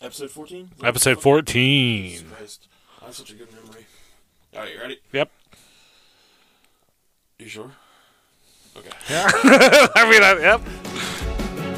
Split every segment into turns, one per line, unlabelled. Episode 14?
Episode 14.
Jesus Christ. I have such a good memory. Alright, you ready?
Yep.
You sure? Okay.
I mean, I, yep.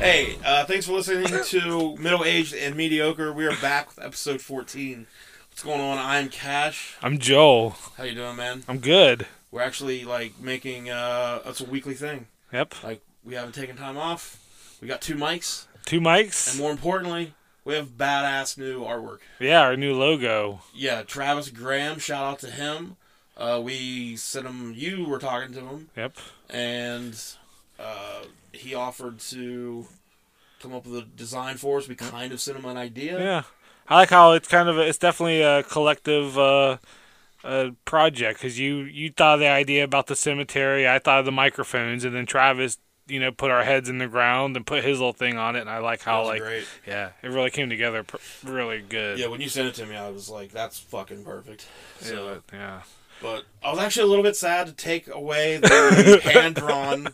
Hey, uh, thanks for listening to Middle Aged and Mediocre. We are back with episode 14. What's going on? I'm Cash.
I'm Joel.
How you doing, man?
I'm good.
We're actually like making uh that's a weekly thing.
Yep.
Like we haven't taken time off. We got two mics,
Two
and
mics.
more importantly, we have badass new artwork.
Yeah, our new logo.
Yeah, Travis Graham, shout out to him. Uh, we sent him you were talking to him
Yep.
and uh, he offered to come up with a design for us. We kind of sent him an idea.
Yeah. I like how it's kind of it's definitely a collective uh, uh, project because you you thought of the idea about the cemetery, I thought of the microphones, and then Travis you know put our heads in the ground and put his little thing on it. And I like
That
how
was
like
great.
yeah, it really came together pr- really good.
Yeah, when you sent it to me, I was like, "That's fucking perfect." So, um,
So, yeah.
but I was actually a little bit sad to take away the hand drawn.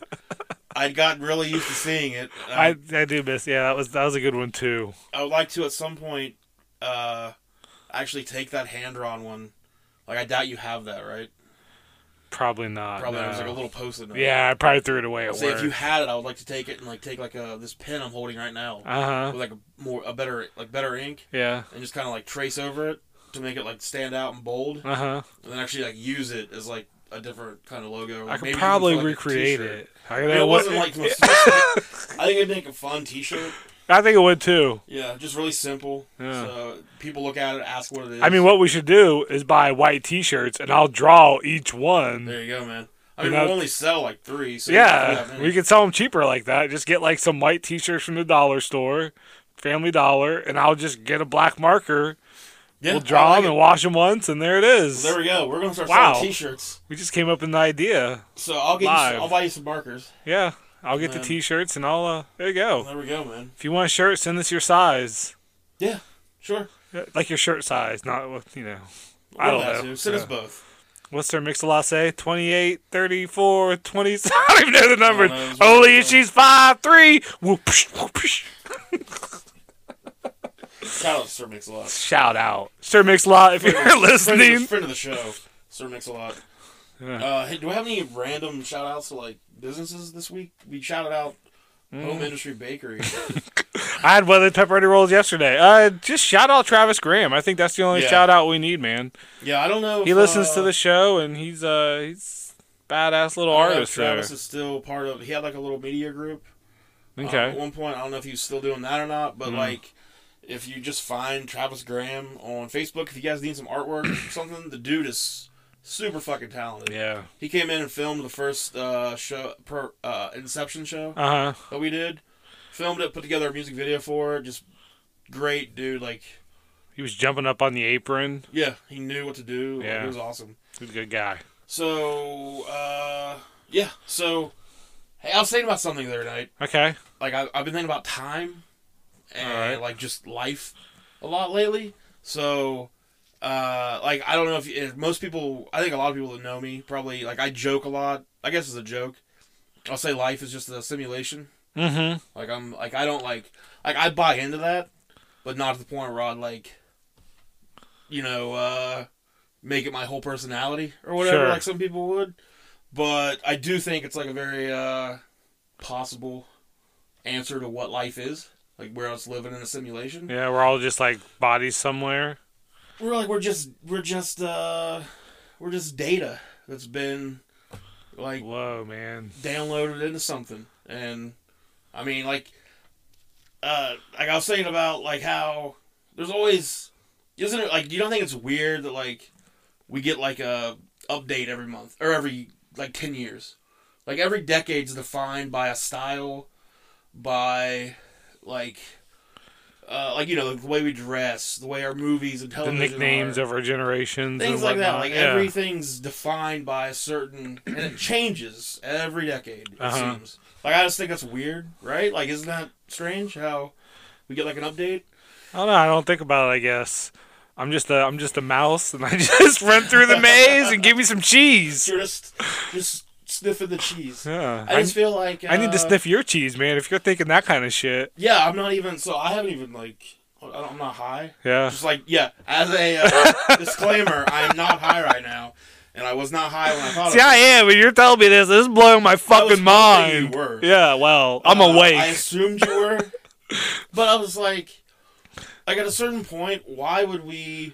I got really used to seeing it.
I
I,
I do miss yeah that was that was a good one too.
I would like to at some point uh, actually take that hand drawn one. Like I doubt you have that, right?
Probably not.
Probably
no.
it was like a little post-it note.
Yeah, I probably threw it away at
Say
work.
if you had it, I would like to take it and like take like a this pen I'm holding right now.
uh huh.
with like a more a better like better ink
Yeah.
and just kind of like trace over it to make it like stand out and bold
Uh huh.
and then actually like use it as like a different kind of logo.
I
Like,
could
maybe even
probably
for, like, a
recreate
t-shirt.
it. I,
I mean,
know
it
what-
wasn't like the most- I think it'd make a fun T-shirt.
I think it would too.
Yeah, just really simple.
Yeah.
So people look at it, ask what it is.
I mean, what we should do is buy white T-shirts, and I'll draw each one.
there you go, man. I
You
mean,
know-
we only sell like three. So
Yeah, we
we
could sell them cheaper like that. Just get like some white T-shirts from the dollar store, Family Dollar, and I'll just get a black marker.
yeah,
we'll draw
I like
them and
it.
wash them once, and there it is.
There we go. We're gonna start
Wow.
selling T-shirts.
we just came up with an idea.
So I'll get. You,
Live.
I'll buy you some markers.
Yeah, I'll get
Man.
the T-shirts, and I'll. Uh, there you go.
There we go, man.
If you want a shirt, send us your size,
Yeah, sure.
like your shirt size, not what you know.
We'll
I don't
have
know.
to. Send us
Yeah.
both.
What's their mix a lot say? 28, 34, 20. I don't even know the number.
know, it's
Only
really
if she's 5'3. Whoopsh, whoopsh.
Shout out to Sir Mix a Lot.
Shout out. Sir Mix a lot if you're
Friend of, the,
listening.
friend of the show, Sir Mix a Lot. Uh, hey, do we have any random shout outs to like businesses this week? We shouted out
Mm.
Home Industry Bakery.
I had one of the pepperoni rolls yesterday. Uh, just shout out Travis Graham. I think that's the only
Yeah.
shout out we need, man.
yeah, I don't know. If,
He listens to
uh,
the show and he's uh he's badass little
I don't know if
artist there.
Oh, Travis is still part of. He had like a little media group. uh, at
Okay. Mm.
one point, I don't know if he's still doing that or not, but like. If you just find Travis Graham on Facebook, if you guys need some artwork or something, the dude is super fucking talented.
Yeah.
He came in and filmed the first uh, show, per, uh, Inception show.
Uh huh.
that we did. Filmed it, put together a music video for it. Just great, dude. Like,
He was jumping up on the apron.
yeah, he knew what to do. Like,
Yeah.
it was awesome.
He's a good guy.
So, uh, yeah. So, hey, I was thinking about something the other night.
Okay.
Like, I, I've been thinking about time and,
Alright.
like, just life a lot lately. So, uh, like, I don't know if, if most people, I think a lot of people that know me probably, like, I joke a lot. I guess it's a joke. I'll say life is just a simulation.
Mm hmm.
Like I'm like I don't like like I buy into that, but not to the point where I'd like you know, uh make it my whole personality or whatever
Sure.
like some people would. But I do think it's like a very uh possible answer to what life is. Like we're just living in a simulation.
Yeah, we're all just like bodies somewhere.
We're like we're just we're just uh we're just data that's been like
Whoa, man.
downloaded into something. And I mean, like, uh, like I was thinking about like how there's always, isn't it? Like, you don't think it's weird that like we get like a update every month or every like ten years? Like every decade's defined by a style, by like. Uh, like you know the way we dress, the way our movies and
the
television
nicknames
are,
of our generations,
things
and
like that.
whatnot.
Like
yeah.
everything's defined by a certain, and it changes every decade. It
Uh-huh.
seems like I just think that's weird, right? Like, isn't that strange? How We get like an update.
I don't know. I don't think about it. I guess I'm just a I'm just a mouse, and I just run through the maze and give me some cheese.
You're just just sniffing the cheese.
Yeah,
I
I,
just feel like uh,
I need to sniff your cheese, man. If you're thinking that kind of shit,
Yeah, I'm not even. So I haven't even like. I don't- I'm not high.
yeah.
Just like yeah. As a uh, disclaimer, I am not high right now, and I was not high when I thought.
See,
of it.
I am, but you're telling me this. This is blowing my
I was
fucking
hoping you
mind.
were.
Yeah, well, I'm
Uh,
awake.
I assumed you were, but I was like, like at a certain point, why would we,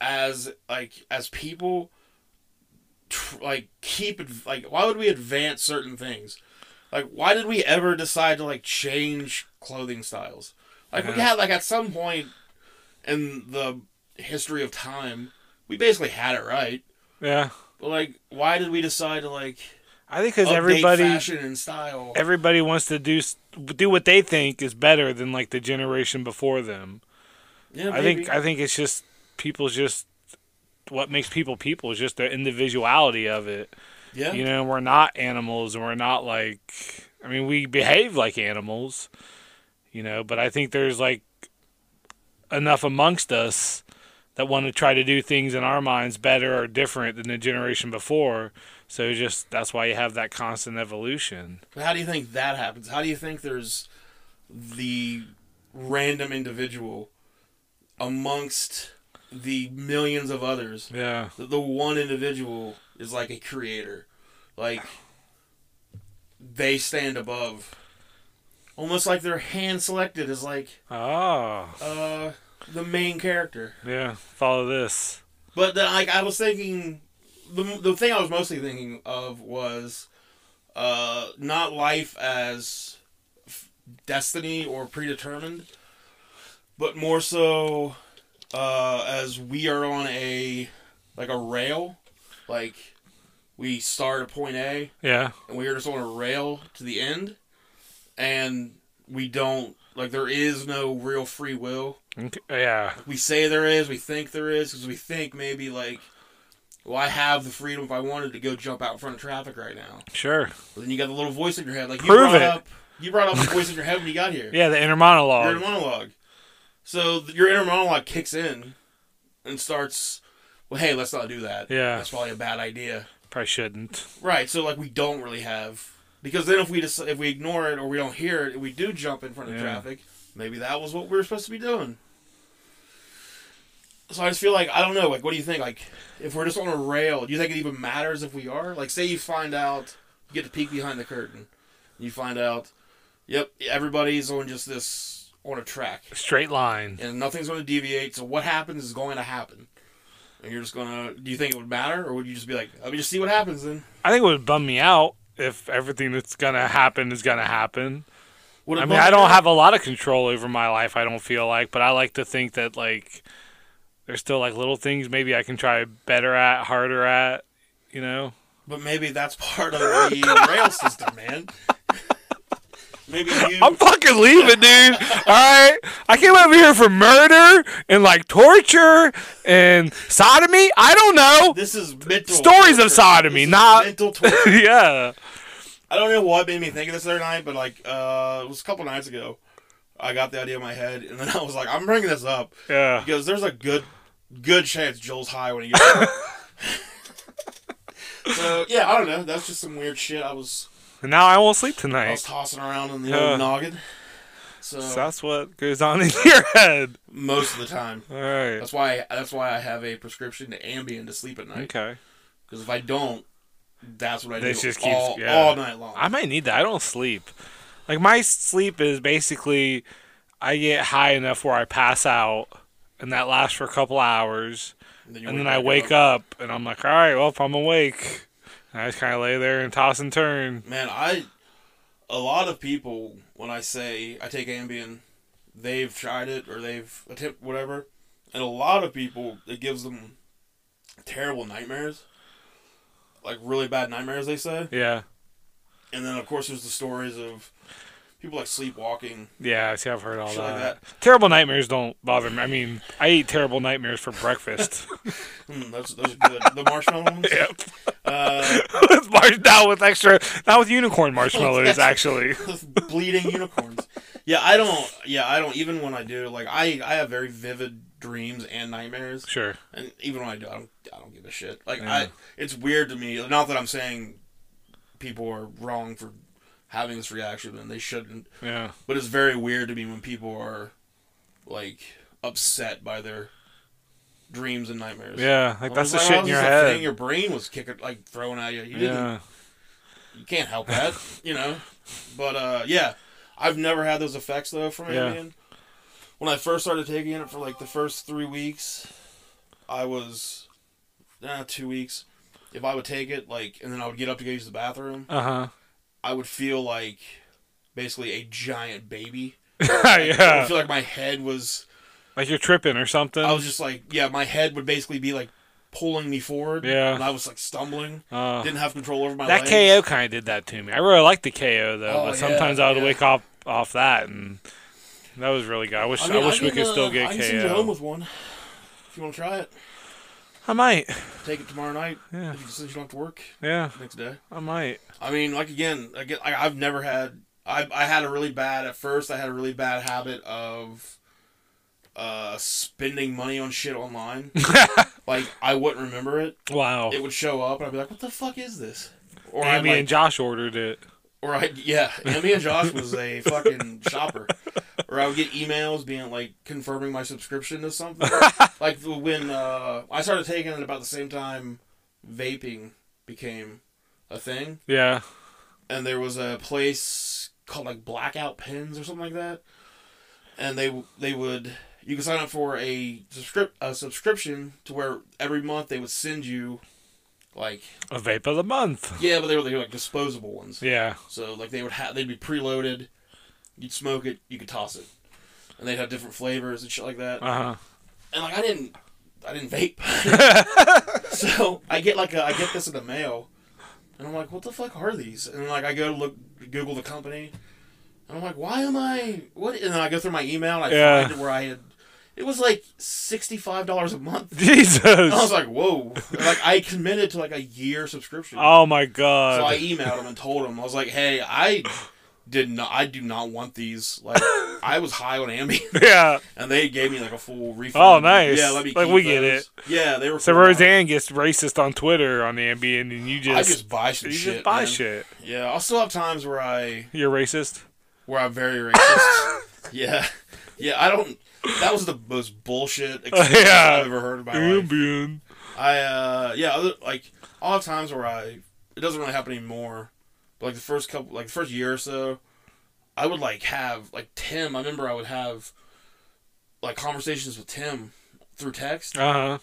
as like as people, tr- like keep adv- like why would we advance certain things? Like why did we ever decide to like change clothing styles? Like we
Yeah.
had like at some point in the history of time, we basically had it right.
yeah,
But like, why did we decide to like
I think because
update
everybody
fashion and style?
everybody wants to do s- do what they think is better than like the generation before them.
Yeah,
I
maybe.
think I think it's just people's just what makes people people is just their individuality of it.
yeah.
You know, we're not animals, and we're not like I mean, we behave like animals. You know, but I think there's like enough amongst us that want to try to do things in our minds better or different than the generation before. So just that's why you have that constant evolution.
But how do you think that happens? How do you think there's the random individual amongst the millions of others
Yeah.
that the one individual is like a creator? Like they stand above. Almost like they're hand selected as like
Oh.
uh the main character.
Yeah. Follow this.
But then, like, I was thinking, the the thing I was mostly thinking of was, uh, not life as f- destiny or predetermined, but more so, uh, as we are on a like a rail, like we start at point A
Yeah.
and we are just on a rail to the end, and we don't like there is no real free will
Okay. Yeah.
we say there is, we think there is, because we think maybe like, well, I have the freedom if I wanted to go jump out in front of traffic right now.
Sure.
But then you got the little voice in your head, like you
Prove
brought
it.
up, you brought up the voice in your head when you got here.
Yeah. The
Your
inner
inner
monologue.
monologue. So th- your inner monologue kicks in and starts. Well, hey, let's not do that.
Yeah.
that's probably a bad idea.
Probably shouldn't.
Right. So like we don't really have because then if we just if we ignore it or we don't hear it, we do jump in front of
Yeah.
traffic. Maybe that was what we were supposed to be doing. So I just feel like I don't know. Like, what do you think? Like, if we're just on a rail, do you think it even matters if we are? Like, say you find out, you get to peek behind the curtain, you find out, yep, everybody's on just this on a track,
Straight line.
and nothing's going to deviate. So what happens is going to happen, and you're just gonna. Do you think it would matter, or would you just be like, let me just see what happens then?
I think it would bum me out if everything that's gonna happen is gonna happen.
Would it
I mean,
bump
I
you
don't
out?
have a lot of control over my life. I don't feel like, but I like to think that like there's still like little things maybe I can try better at, harder at. You know.
But maybe that's part of the uh, rail system, man. Maybe you.
I'm fucking leaving, dude. All right, I came over here for murder and like torture and sodomy. I don't know.
this is mental.
Stories of
torture.
sodomy,
This is
not-
mental torture.
yeah.
I don't know what made me think of this the other night, but like uh, it was a couple nights ago. I got the idea in my head, and then I was like, I'm bringing this up
Yeah.
because there's a good, good chance Joel's high when he gets. home. so yeah, I don't know. That's just some weird shit. I was
And now I won't sleep
I was
tonight.
tossing around in the
Yeah.
old noggin. So,
So that's what goes on in your head.
most of the time,
All right.
that's why that's why I have a prescription to Ambien to sleep at night.
Okay.
Because if I don't, that's what I
This
do
just keeps-
all,
yeah.
all night long.
I might need that. I don't sleep. Like my sleep is basically I get high enough where I pass out and that lasts for a couple hours.
and then, you
and then I wake up. and I'm like, all right, well, if I'm awake, and I just kind of lay there and toss and turn.
Man, I. A lot of people, when I say I take Ambien, they've tried it or they've attempt whatever, and a lot of people it gives them terrible nightmares, like really bad nightmares. They say,
Yeah.
and then of course there's the stories of people like sleepwalking.
Yeah, see, I've heard all
Shit
that.
like
Terrible nightmares don't bother me. I mean, I eat terrible nightmares for breakfast.
Hmm, those those are good. the marshmallow ones.
yep.
Uh,
With mar- now with extra, now with unicorn marshmallows, actually.
bleeding unicorns. Yeah, I don't. Yeah, I don't. Even when I do, like I, I have very vivid dreams and nightmares.
Sure.
And even when I do, I don't, I don't give a shit. Like
Yeah.
I, it's weird to me. Not that I'm saying people are wrong for having this reaction, and they shouldn't.
Yeah.
But it's very weird to me when people are like upset by their dreams and nightmares.
Yeah.
I'm
Like that's
just
the
like,
shit
"Oh,
in
this
your
is a Thing
head.
your brain was kicking, like throwing at you. You didn't
Yeah.
you can't help that, you know. But uh, yeah, I've never had those effects though from
Yeah.
Ambien. When I first started taking it for like the first three weeks, I was eh, two weeks. If I would take it, like, and then I would get up to go use the bathroom,
Uh
I would feel like basically a giant baby.
huh.
Like, I would
yeah.
feel like my head was.
Like you're tripping or something.
I was just like, yeah, my head would basically be like pulling me forward.
Yeah.
And I was like stumbling.
Uh,
Didn't have control over my
that
legs.
KO kind of did that to me. I really liked the KO though,
Oh, yeah,
but sometimes I would
yeah.
wake up off that, and that was really good. I wish I,
mean,
wish we
can,
could
uh,
still
I
get
can send you home
KO.
with one. If you want to try it,
I might.
take it tomorrow night.
Yeah.
If you, since you don't have to work
Yeah.
next day.
I might.
I mean, like again, again, I, I've never had. I I had a really bad at first. I had a really bad habit of. Uh, spending money on shit online, like I wouldn't remember it.
Wow.
It would show up, and I'd be like, "What the fuck is this?" Or I
Oh. Amy
like,
and Josh ordered it.
or I yeah, Amy and Josh was a fucking shopper. Or I would get emails being like confirming my subscription to something. like when uh, I started taking it about the same time vaping became a thing,
Yeah.
and there was a place called like Blackout Pens or something like that, and they they would you could sign up for a subscrip- a subscription to where every month they would send you like
A vape of the month.
yeah, but they were, they were like disposable ones.
Yeah.
So like they would have they'd be preloaded. You'd smoke it, you could toss it, and they'd have different flavors and shit like that.
Uh huh.
And like I didn't, I didn't vape. so I get like a, I get this in the mail, and I'm like, what the fuck are these? And like I go look Google the company, and I'm like, why am I what? And then I go through my email, and I
Yeah.
find where I had. It was like sixty five dollars a month. And I was
Jesus.
like, "Whoa!" Like I committed to like a year subscription.
Oh my
So I
god.
emailed him and told him I was like, "Hey, I did not. I do not want these. Like, I was high on Ambien,
yeah.
and they gave me like a full refund.
Oh, nice.
Yeah, let me.
Like,
keep
we get
those. Yeah, they were.
So
cool.
Roseanne gets racist on Twitter on Ambien, and you just,
I just buy some
you
shit.
just buy
man.
shit.
Yeah, I'll still have times where I
You're racist.
where I'm very racist. yeah, yeah. I don't. That was the most bullshit experience
Yeah.
I've ever heard in my life.
Ambien.
I uh yeah, other, like all the times where I it doesn't really happen anymore. But like the first couple like the first year or so, I would like have like Tim, I remember I would have like conversations with Tim through text
Uh huh.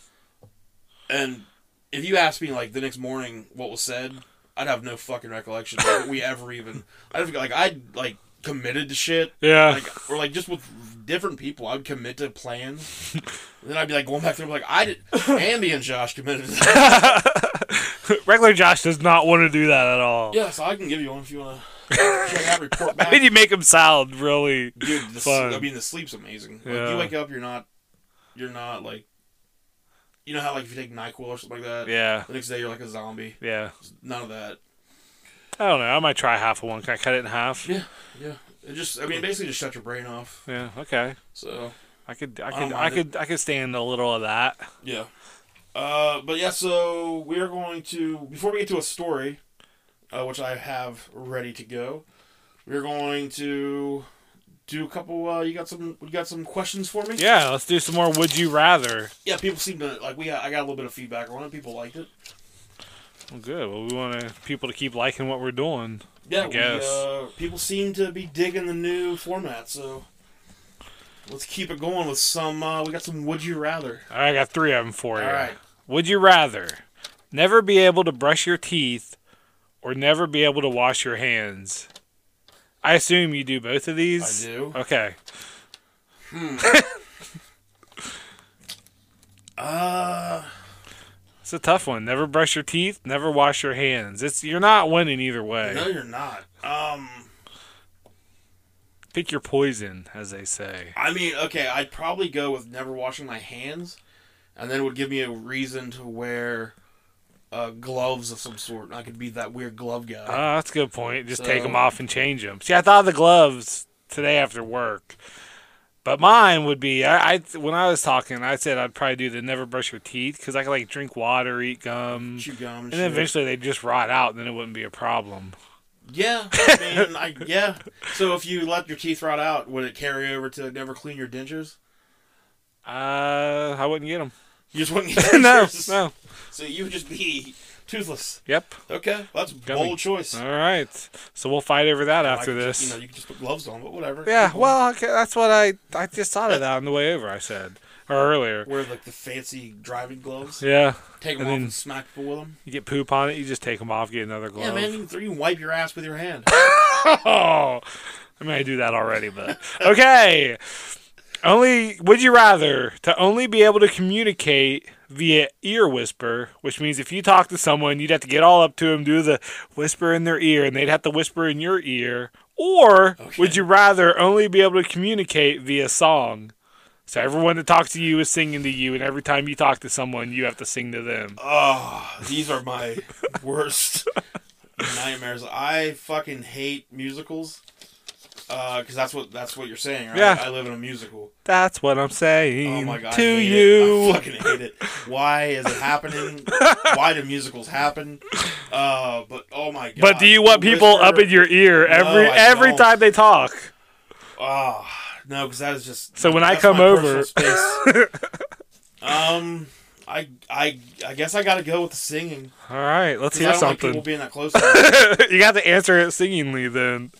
and if you asked me like the next morning what was said, I'd have no fucking recollection of what we ever even I'd have, like I'd like committed to shit
Yeah.
like or like just with different people, I would commit to plans. And then I'd be like going back through, like I did. Andy and Josh committed to that.
Regular Josh does not want to do that at all.
Yeah, so I can give you one if you want to check out report
I mean,
back.
Oh. you make him sound really.
Dude, the,
Fun.
sleep- I mean the sleep's amazing. Like
Yeah.
you wake up, you're not, you're not like, you know how like if you take Nyquil or something like that,
Yeah.
the next day you're like a zombie.
Yeah.
None of that.
I don't know. I might try half of one. Can I cut it in half?
Yeah, yeah. It just, I mean, basically just shut your brain off.
Yeah. Okay.
So
I could. I
don't
could. I,
mind it.
could. I could stand a little of that.
yeah. Uh, but yeah, so we are going to before we get to a story, uh, which I have ready to go. We're going to do a couple. Uh, you got some? You got some questions for me?
Yeah. Let's do some more. Would you rather?
Yeah, people seem to like. We got, I got a little bit of feedback on it. People liked it.
Well, good. Well, we want to, people to keep liking what we're doing.
Yeah, we,
guess.
uh, people seem to be digging the new format. So let's keep it going with some. Uh, we got some. Would you rather?
All right, I got three of them for you.
All right.
Would you rather never be able to brush your teeth or never be able to wash your hands? I assume you do both of these.
I do.
Okay.
Uh,
It's a tough one. Never brush your teeth, never wash your hands. It's you're not winning either way.
no, you're not. Um,
Pick your poison, as they say.
I mean, okay, I'd probably go with never washing my hands, and then it would give me a reason to wear uh, gloves of some sort, and I could be that weird glove guy.
Oh, that's a good point. Just take 'em take them
So-
off and change them. See, I thought of the gloves today after work, but mine would be I, I when I was talking, I said I'd probably do the never brush your teeth because I could like drink water, eat gum,
Chew gum and
and then
shit.
eventually they'd just rot out, and then it wouldn't be a problem.
Yeah, I mean, I, yeah. So if you let your teeth rot out, would it carry over to never clean your dentures?
Uh, I wouldn't get them.
You just wouldn't. Get
no,
dentures.
no.
So you would just be toothless.
Yep.
Okay, well, that's a
Gummy.
bold choice.
All right. So we'll fight over that after
Like,
this.
you know, you can just put gloves on, but whatever.
yeah.
People
Well, okay, that's what I I just thought of that on the way over. I said or earlier.
wear like the fancy driving gloves.
Yeah.
Take them
and
off
then-
and smack people with them.
You get poop on it, you just take them off, get another glove.
Yeah, man, you can, you can wipe your ass with your hand.
Oh, I mean, I do that already, but okay. Only would you rather to only be able to communicate via ear whisper, which means if you talk to someone, you'd have to get all up to them, do the whisper in their ear, and they'd have to whisper in your ear, or would you rather only be able to communicate via song? So everyone that talks to you is singing to you, and every time you talk to someone, you have to sing to them.
Oh, these are my worst nightmares. I fucking hate musicals. Uh, cause that's what that's what you're saying, right?
Yeah.
I live in a musical.
That's what I'm saying
Oh my god, I
to
hate
you.
It. I fucking hate it. Why is it happening? Why do musicals happen? Uh, but oh my god.
But do you want
The
people up
Whisper-
in your ear every
I
every
don't.
time they talk?
Ah, no, because that is just.
So when I
that's
come
my
over-
personal space. um, I I I guess I got to go with the singing.
All right, let's
'cause I don't
hear
like
something.
people being that close. To me.
you got to answer it singingly then.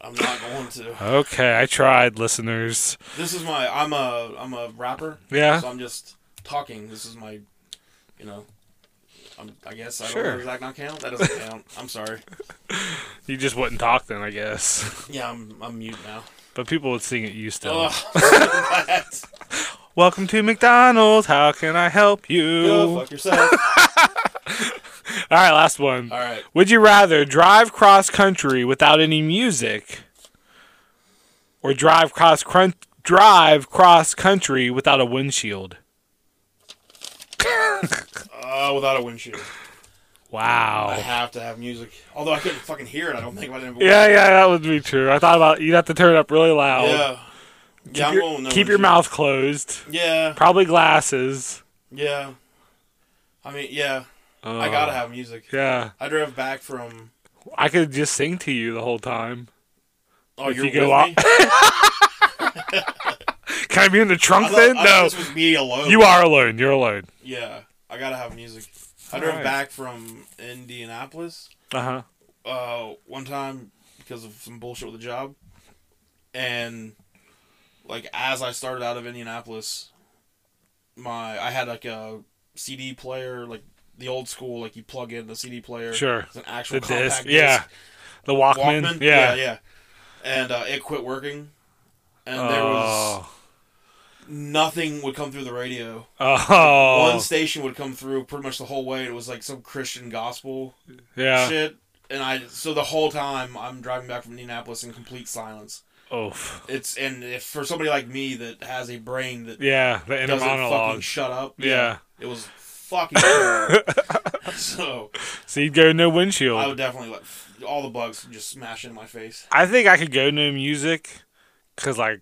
I'm not going to.
Okay, I tried, listeners.
This is my. I'm a. I'm a rapper.
Yeah.
So I'm just talking. This is my. You know. I'm, I guess I
Sure.
don't. Does that not count? That doesn't count. I'm sorry.
You just wouldn't talk then, I guess.
Yeah, I'm. I'm mute now.
But people would sing it you still.
Ugh. What?
Welcome to McDonald's. How can I help you?
Go fuck yourself.
All right, last one.
All right.
Would you rather drive cross country without any music or drive cross crun- drive cross country without a windshield?
Uh, without a windshield, I
Wow.
have to have music. Although I couldn't fucking hear it. I don't think I didn't.
Yeah, yeah, that would be true. I thought about you'd have to turn it up really loud.
Yeah. yeah,
Keep,
I'm
your,
going with no
keep your
windshield.
mouth closed.
Yeah,
Probably glasses.
yeah. I mean, yeah.
Uh.
I gotta have music.
Oh, Yeah,
I drove back from.
I could just sing to you the whole time.
Oh,
If
you're
you
with
go out-
me?
Can I be in the
I
trunk
thought,
then?
I thought
No,
this was me alone.
you are alone. You're alone.
Yeah, I gotta have music. I
All
drove
right.
back from Indianapolis
Uh huh.
uh, one time because of some bullshit with a job, and like as I started out of Indianapolis, my I had like a CD player, like the old school, like you plug in the CD player.
Sure.
It's an actual
The
compact
disc. Yeah. The Walkman.
Walkman.
Yeah.
yeah, And uh, it quit working, and there was
Oh.
nothing would come through the radio.
Oh.
One station would come through pretty much the whole way. and It was like some Christian gospel
yeah.
shit. And I so the whole time I'm driving back from Indianapolis in complete silence.
Oof.
It's and if for somebody like me that has a brain that
Yeah. The inner
doesn't fucking
monologue.
shut up,
Yeah.
it was fucking. terrible. so
So you'd go no windshield.
I would definitely let f- all the bugs just smash into my face.
I think I could go no music because like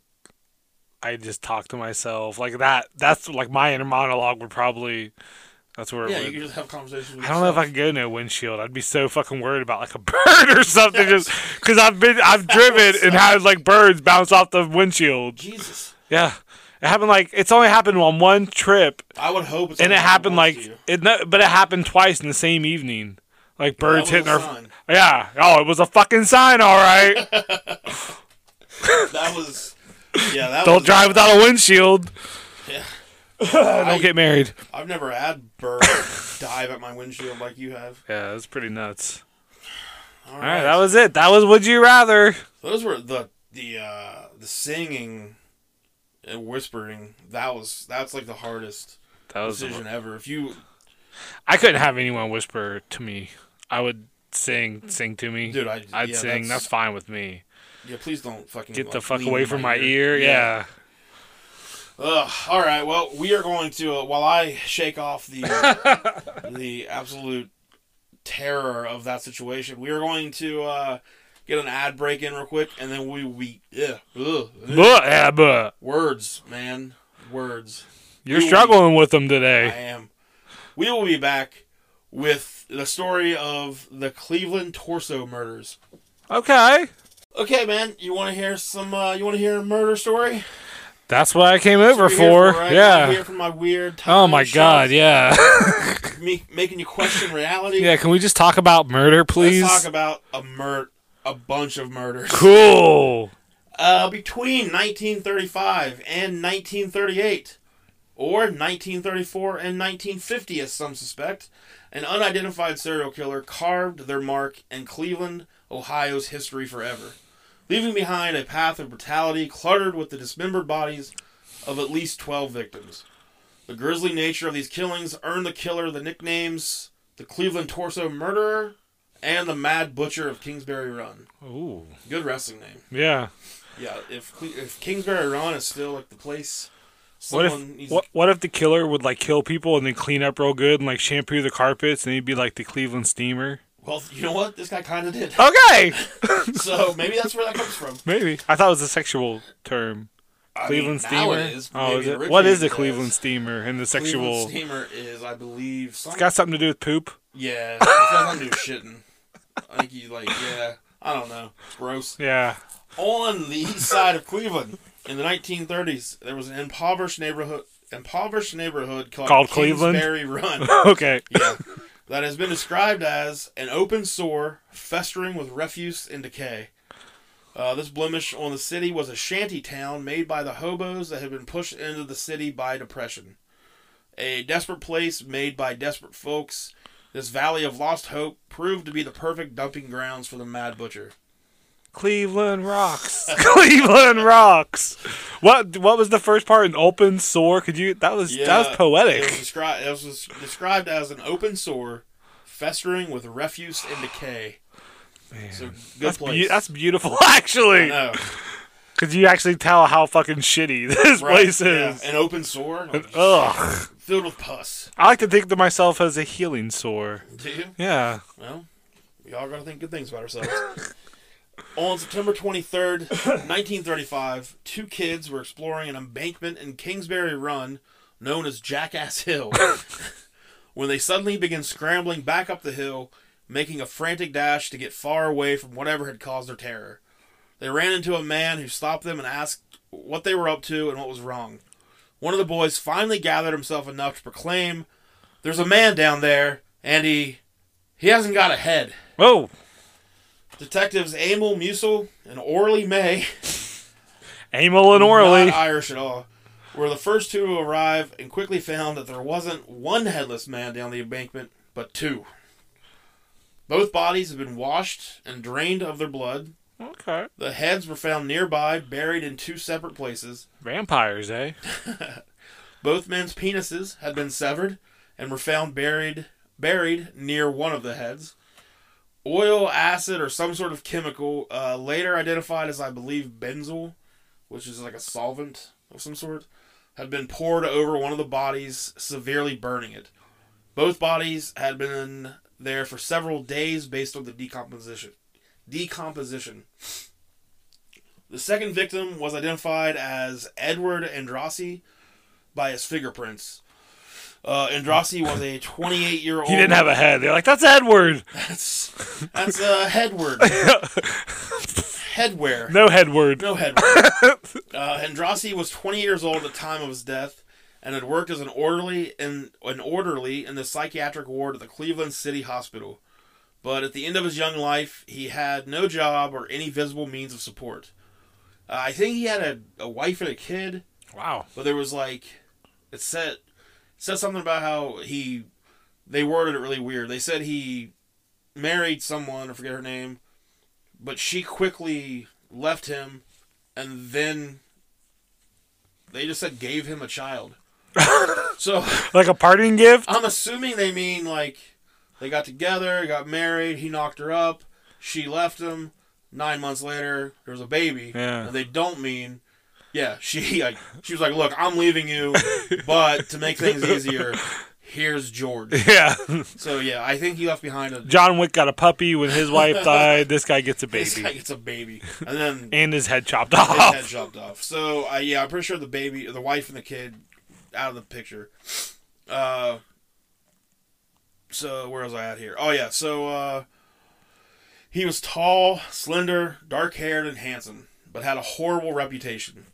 I just talk to myself like that. That's like my inner monologue would probably. That's where.
Yeah,
it
you
would,
could just have conversations. With
I don't know if I could go no windshield. I'd be so fucking worried about like a bird or something, just because I've been I've driven and had like birds bounce off the windshield.
Jesus,
Yeah, it happened like it's only happened on one trip,
I would hope. It's
and it
something that happens
happened like
to you.
it. No, but it happened twice in the same evening. Like birds
That was
hitting
a
our
sign.
yeah. Oh, it was a fucking sign. All right.
That was. Yeah, that
Don't
was.
drive without a windshield.
Yeah.
Don't get married.
I've never had birds dive at my windshield like you have.
Yeah, that's pretty nuts.
All
All right, that was it. That was Would You Rather.
those were the the uh, the singing and whispering. That was that's like the hardest
That was.
decision ever. If you
I couldn't have anyone whisper to me. I would sing sing to me.
Dude, I-
I'd
yeah,
sing.
that's-
That's fine with me.
Yeah, please don't fucking
Get the
like,
fuck
lean
away
in
from my ear. Yeah.
Ugh, all right. Well, we are going to uh, while I shake off the uh, the absolute terror of that situation. We are going to uh, get an ad break in real quick, and then we we yeah ugh, ugh.
But, yeah, but
words, man, words.
you're
You-
struggling with them
I
today.
am. We will be back with the story of the Cleveland torso murders.
Okay.
Okay, man, you want to hear some? Uh, you want to hear a murder story?
That's what I came
You're
over
here
for.
right? You're
Yeah.
here for my weird.
Oh
time
my
shots.
god. Yeah.
me making you question reality.
yeah. Can we just talk about murder, please?
Let's talk about a mur- a bunch of murders.
cool.
Uh, between 1935 and 1938, or 1934 and 1950, as some suspect, an unidentified serial killer carved their mark in Cleveland, Ohio's history forever, leaving behind a path of brutality cluttered with the dismembered bodies of at least 12 victims. The grisly nature of these killings earned the killer the nicknames the Cleveland Torso Murderer and the Mad Butcher of Kingsbury Run.
Ooh.
Good wrestling name.
Yeah.
Yeah, if Cle- if Kingsbury Run is still like the place,
What
someone
if
needs.
what, what if the killer would like kill people and then clean up real good and like shampoo the carpets and he'd be like the Cleveland steamer?
Well, you know what? This guy kind of did.
Okay.
so maybe that's where that comes from.
Maybe. I thought it was a sexual term.
I
Cleveland
mean, now
steamer.
it is, but
oh,
maybe
is it?
originally
What is the
it was.
Cleveland steamer and the sexual?
Cleveland steamer is, I believe, some,
It's got something to do with poop.
yeah, it's got something to do with shitting. I think he like yeah, I don't know, it's gross.
Yeah.
On the east side of Cleveland in the 1930s, there was an impoverished neighborhood impoverished neighborhood called,
Called Cleveland?
Kingsbury Run.
okay.
yeah, that has been described as an open sore festering with refuse and decay. Uh, this blemish on the city was a shanty town made by the hobos that had been pushed into the city by depression. A desperate place made by desperate folks, this valley of lost hope proved to be the perfect dumping grounds for the mad butcher.
Cleveland rocks. Cleveland rocks. What what was the first part? An open sore? Could you that was that was
It was,
poetic.
descri- it was described as an open sore festering with refuse and decay. So good
That's,
place.
beau- that's beautiful actually.
No.
Cuz you actually tell how fucking shitty this
Right,
place
yeah,
is.
An open sore like,
Ugh.
filled with pus.
I like to think of myself as a healing sore.
Do you?
Yeah.
Well, we all gotta think good things about ourselves. On September 23rd, 1935, two kids were exploring an embankment in Kingsbury Run known as Jackass Hill when they suddenly began scrambling back up the hill, making a frantic dash to get far away from whatever had caused their terror. They ran into a man who stopped them and asked what they were up to and what was wrong. One of the boys finally gathered himself enough to proclaim, There's a man down there, and he. He hasn't got a head.
Oh.
Detectives Emil Musil and Orly May,
Amel and
not
Orly.
Irish at all, were the first two to arrive and quickly found that there wasn't one headless man down the embankment, but two. Both bodies had been washed and drained of their blood.
Okay.
The heads were found nearby, buried in two separate places.
Vampires, eh?
Both men's penises had been severed and were found buried buried near one of the heads. Oil, acid, or some sort of chemical, uh, later identified as I believe benzyl, which is like a solvent of some sort, had been poured over one of the bodies, severely burning it. Both bodies had been there for several days based on the decomposition. Decomposition. The second victim was identified as Edward Andrassi, by his fingerprints. Uh, Andrassi was a 28 year old.
He didn't have a head. They're like, that's Edward.
That's that's uh, headward. Headwear.
No Headward.
No headwear. Uh, Andrassi was 20 years old at the time of his death, and had worked as an orderly in an orderly in the psychiatric ward at the Cleveland City Hospital. But at the end of his young life, he had no job or any visible means of support. Uh, I think he had a, a wife and a kid,
Wow.
but there was like it said it said something about how he they worded it really weird. They said he married someone, I forget her name, but she quickly left him and then they just said gave him a child. so
Like a parting gift?
I'm assuming they mean like They got together, got married. He knocked her up. She left him. Nine months later, there was a baby.
Yeah.
And they don't mean. Yeah, she like she was like, "Look, I'm leaving you, but to make things easier, here's George."
Yeah.
So yeah, I think he left behind a
John Wick got a puppy when his wife died. This guy gets a
It's
baby
like it's a baby, and then
and his head chopped
his head
off.
chopped off. So uh, yeah, I'm pretty sure the baby, the wife and the kid, out of the picture. Uh, so where was I at here? Oh yeah, so uh, he was tall, slender, dark-haired, and handsome, but had a horrible reputation.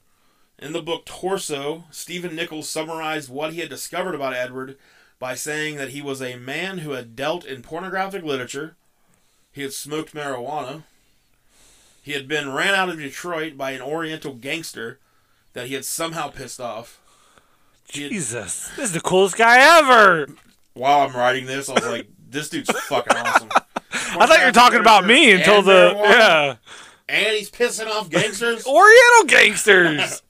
In the book Torso, Stephen Nichols summarized what he had discovered about Edward by saying that he was a man who had dealt in pornographic literature. He had smoked marijuana. He had been ran out of Detroit by an Oriental gangster that he had somehow pissed off. He had-
Jesus, this is the coolest guy ever.
while I'm writing this, I was like, this dude's fucking awesome.
I thought you were talking about me until
And
the
marijuana,
yeah
And he's pissing off gangsters.
Oriental gangsters.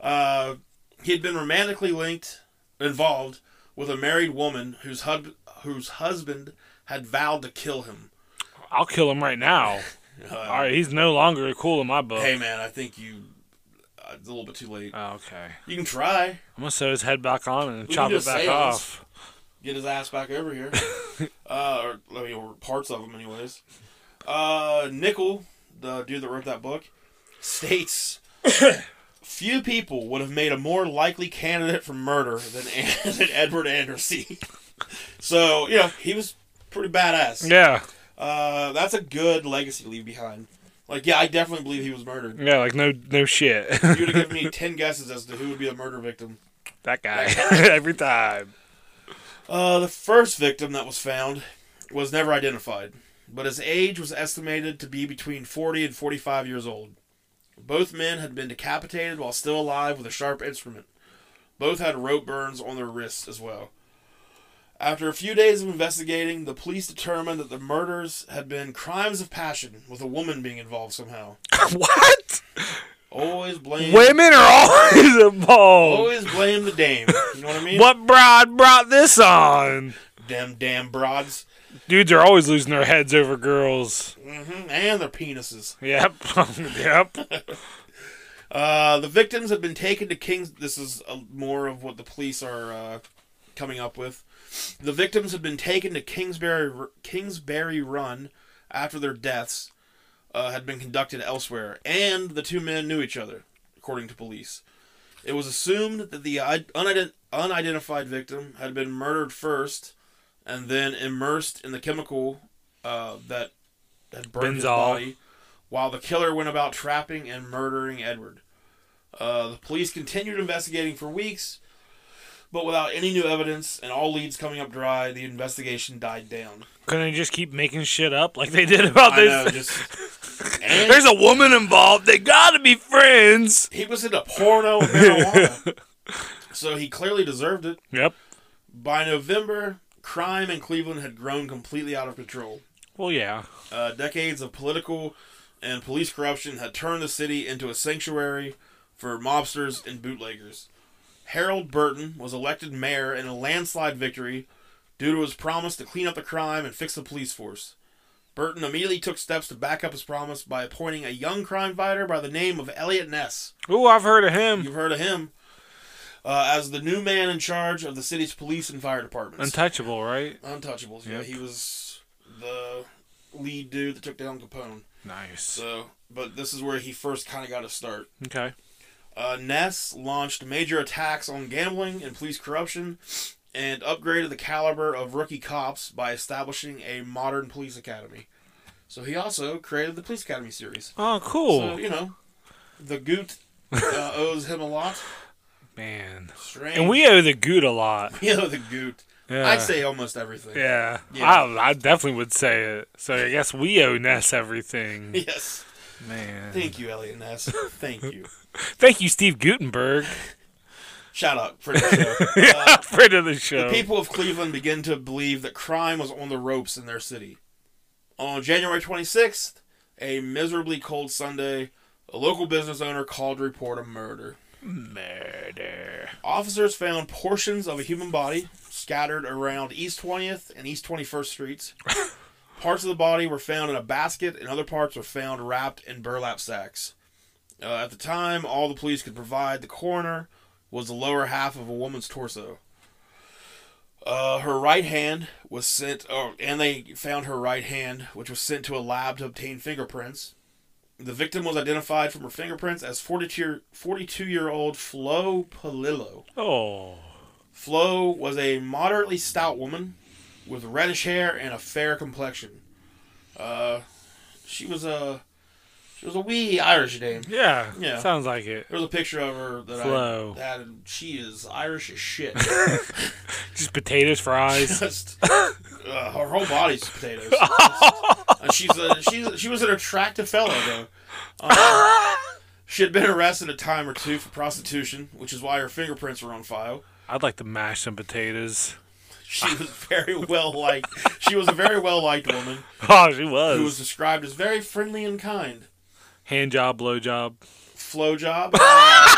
Uh, he had been romantically linked, involved with a married woman whose hub, whose husband had vowed to kill him.
I'll kill him right now.
Uh,
All right, he's no longer cool in my book.
Hey man, I think you. Uh, it's a little bit too late.
Oh, okay,
You can try.
I'm gonna sew his head back on and
can
chop it
just
back
say
off.
get his ass back over here. uh, or, I mean, or parts of him, anyways. Uh, Nickel, the dude that wrote that book, states few people would have made a more likely candidate for murder than, than Edward Andersey. so, you know, he was pretty badass.
Yeah,
Uh, that's a good legacy to leave behind. Like, yeah, I definitely believe he was murdered.
yeah, like no, no shit.
If you would have given me 10 guesses as to who would be the murder victim.
that guy every time.
Uh, the first victim that was found was never identified, but his age was estimated to be between 40 and 45 years old. Both men had been decapitated while still alive with a sharp instrument. Both had rope burns on their wrists as well. After a few days of investigating, the police determined that the murders had been crimes of passion, with a woman being involved somehow.
what?
Always blame,
Women are always involved.
always blame the dame. You know what I mean?
What broad brought this on?
Them damn broads,
Dudes are always losing their heads over girls.
hmm and their penises.
Yep. yep.
Uh, the victims have been taken to Kings. This is uh, more of what the police are uh, coming up with. The victims have been taken to Kingsbury Kingsbury Run after their deaths uh, had been conducted elsewhere, and the two men knew each other, according to police. It was assumed that the i- unident- unidentified victim had been murdered first, and then immersed in the chemical uh, that had burned his
Benzol.
body, while the killer went about trapping and murdering Edward. Uh, the police continued investigating for weeks, but without any new evidence and all leads coming up dry, the investigation died down.
Couldn't they just keep making shit up like they did about
I
this?
know, just and
There's a woman involved. They gotta be friends.
he was into porno and marijuana, so he clearly deserved it.
Yep.
By November, crime in Cleveland had grown completely out of control.
Well, yeah.
Uh, decades of political and police corruption had turned the city into a sanctuary for mobsters and bootleggers. Harold Burton was elected mayor in a landslide victory due to his promise to clean up the crime and fix the police force. Burton immediately took steps to back up his promise by appointing a young crime fighter by the name of Elliot Ness.
Ooh, I've heard of him.
You've heard of him. Uh, as the new man in charge of the city's police and fire departments.
Untouchable, right?
Untouchables, yeah.
Yep.
He was the lead dude that took down Capone.
Nice.
So, but this is where he first kind of got his start.
Okay.
Uh, Ness launched major attacks on gambling and police corruption, and upgraded the caliber of rookie cops by establishing a modern police academy. So he also created the police academy series.
Oh, cool.
So you know, the Goot uh, owes him a lot.
Man.
Strange.
And we owe the good a lot.
you know, the Goot.
Yeah.
I'd say almost everything.
Yeah.
Yeah.
I, I definitely would say it. So I guess we owe Ness everything.
Yes.
Man.
Thank you, Elliot Ness. Thank you.
Thank you, Steve Gutenberg,
Shout out, pretty much.
friend of the show.
The people of Cleveland begin to believe that crime was on the ropes in their city. On January 26th, a miserably cold Sunday, a local business owner called to report a murder.
Murder.
Officers found portions of a human body scattered around East 20th and East 21st Streets. parts of the body were found in a basket, and other parts were found wrapped in burlap sacks. Uh, at the time, all the police could provide the coroner was the lower half of a woman's torso. Uh, her right hand was sent, oh, and they found her right hand, which was sent to a lab to obtain fingerprints. The victim was identified from her fingerprints as 42 year, 42 year old Flo Palillo.
Oh.
Flo was a moderately stout woman with reddish hair and a fair complexion. Uh, she was a she was a wee Irish dame.
Yeah.
Yeah.
Sounds like it.
There was a picture of her that
Flo.
I had. and She is Irish as shit.
Just potatoes, fries.
Just uh, her whole body's potatoes. and she's a, she's she was an attractive fellow though. Um, she had been arrested a time or two for prostitution, which is why her fingerprints were on file.
I'd like to mash some potatoes.
She was very well liked. She was a very well liked woman
Oh, she
who
was.
was described as very friendly and kind.
Hand job, blow job.
Flo job. Uh,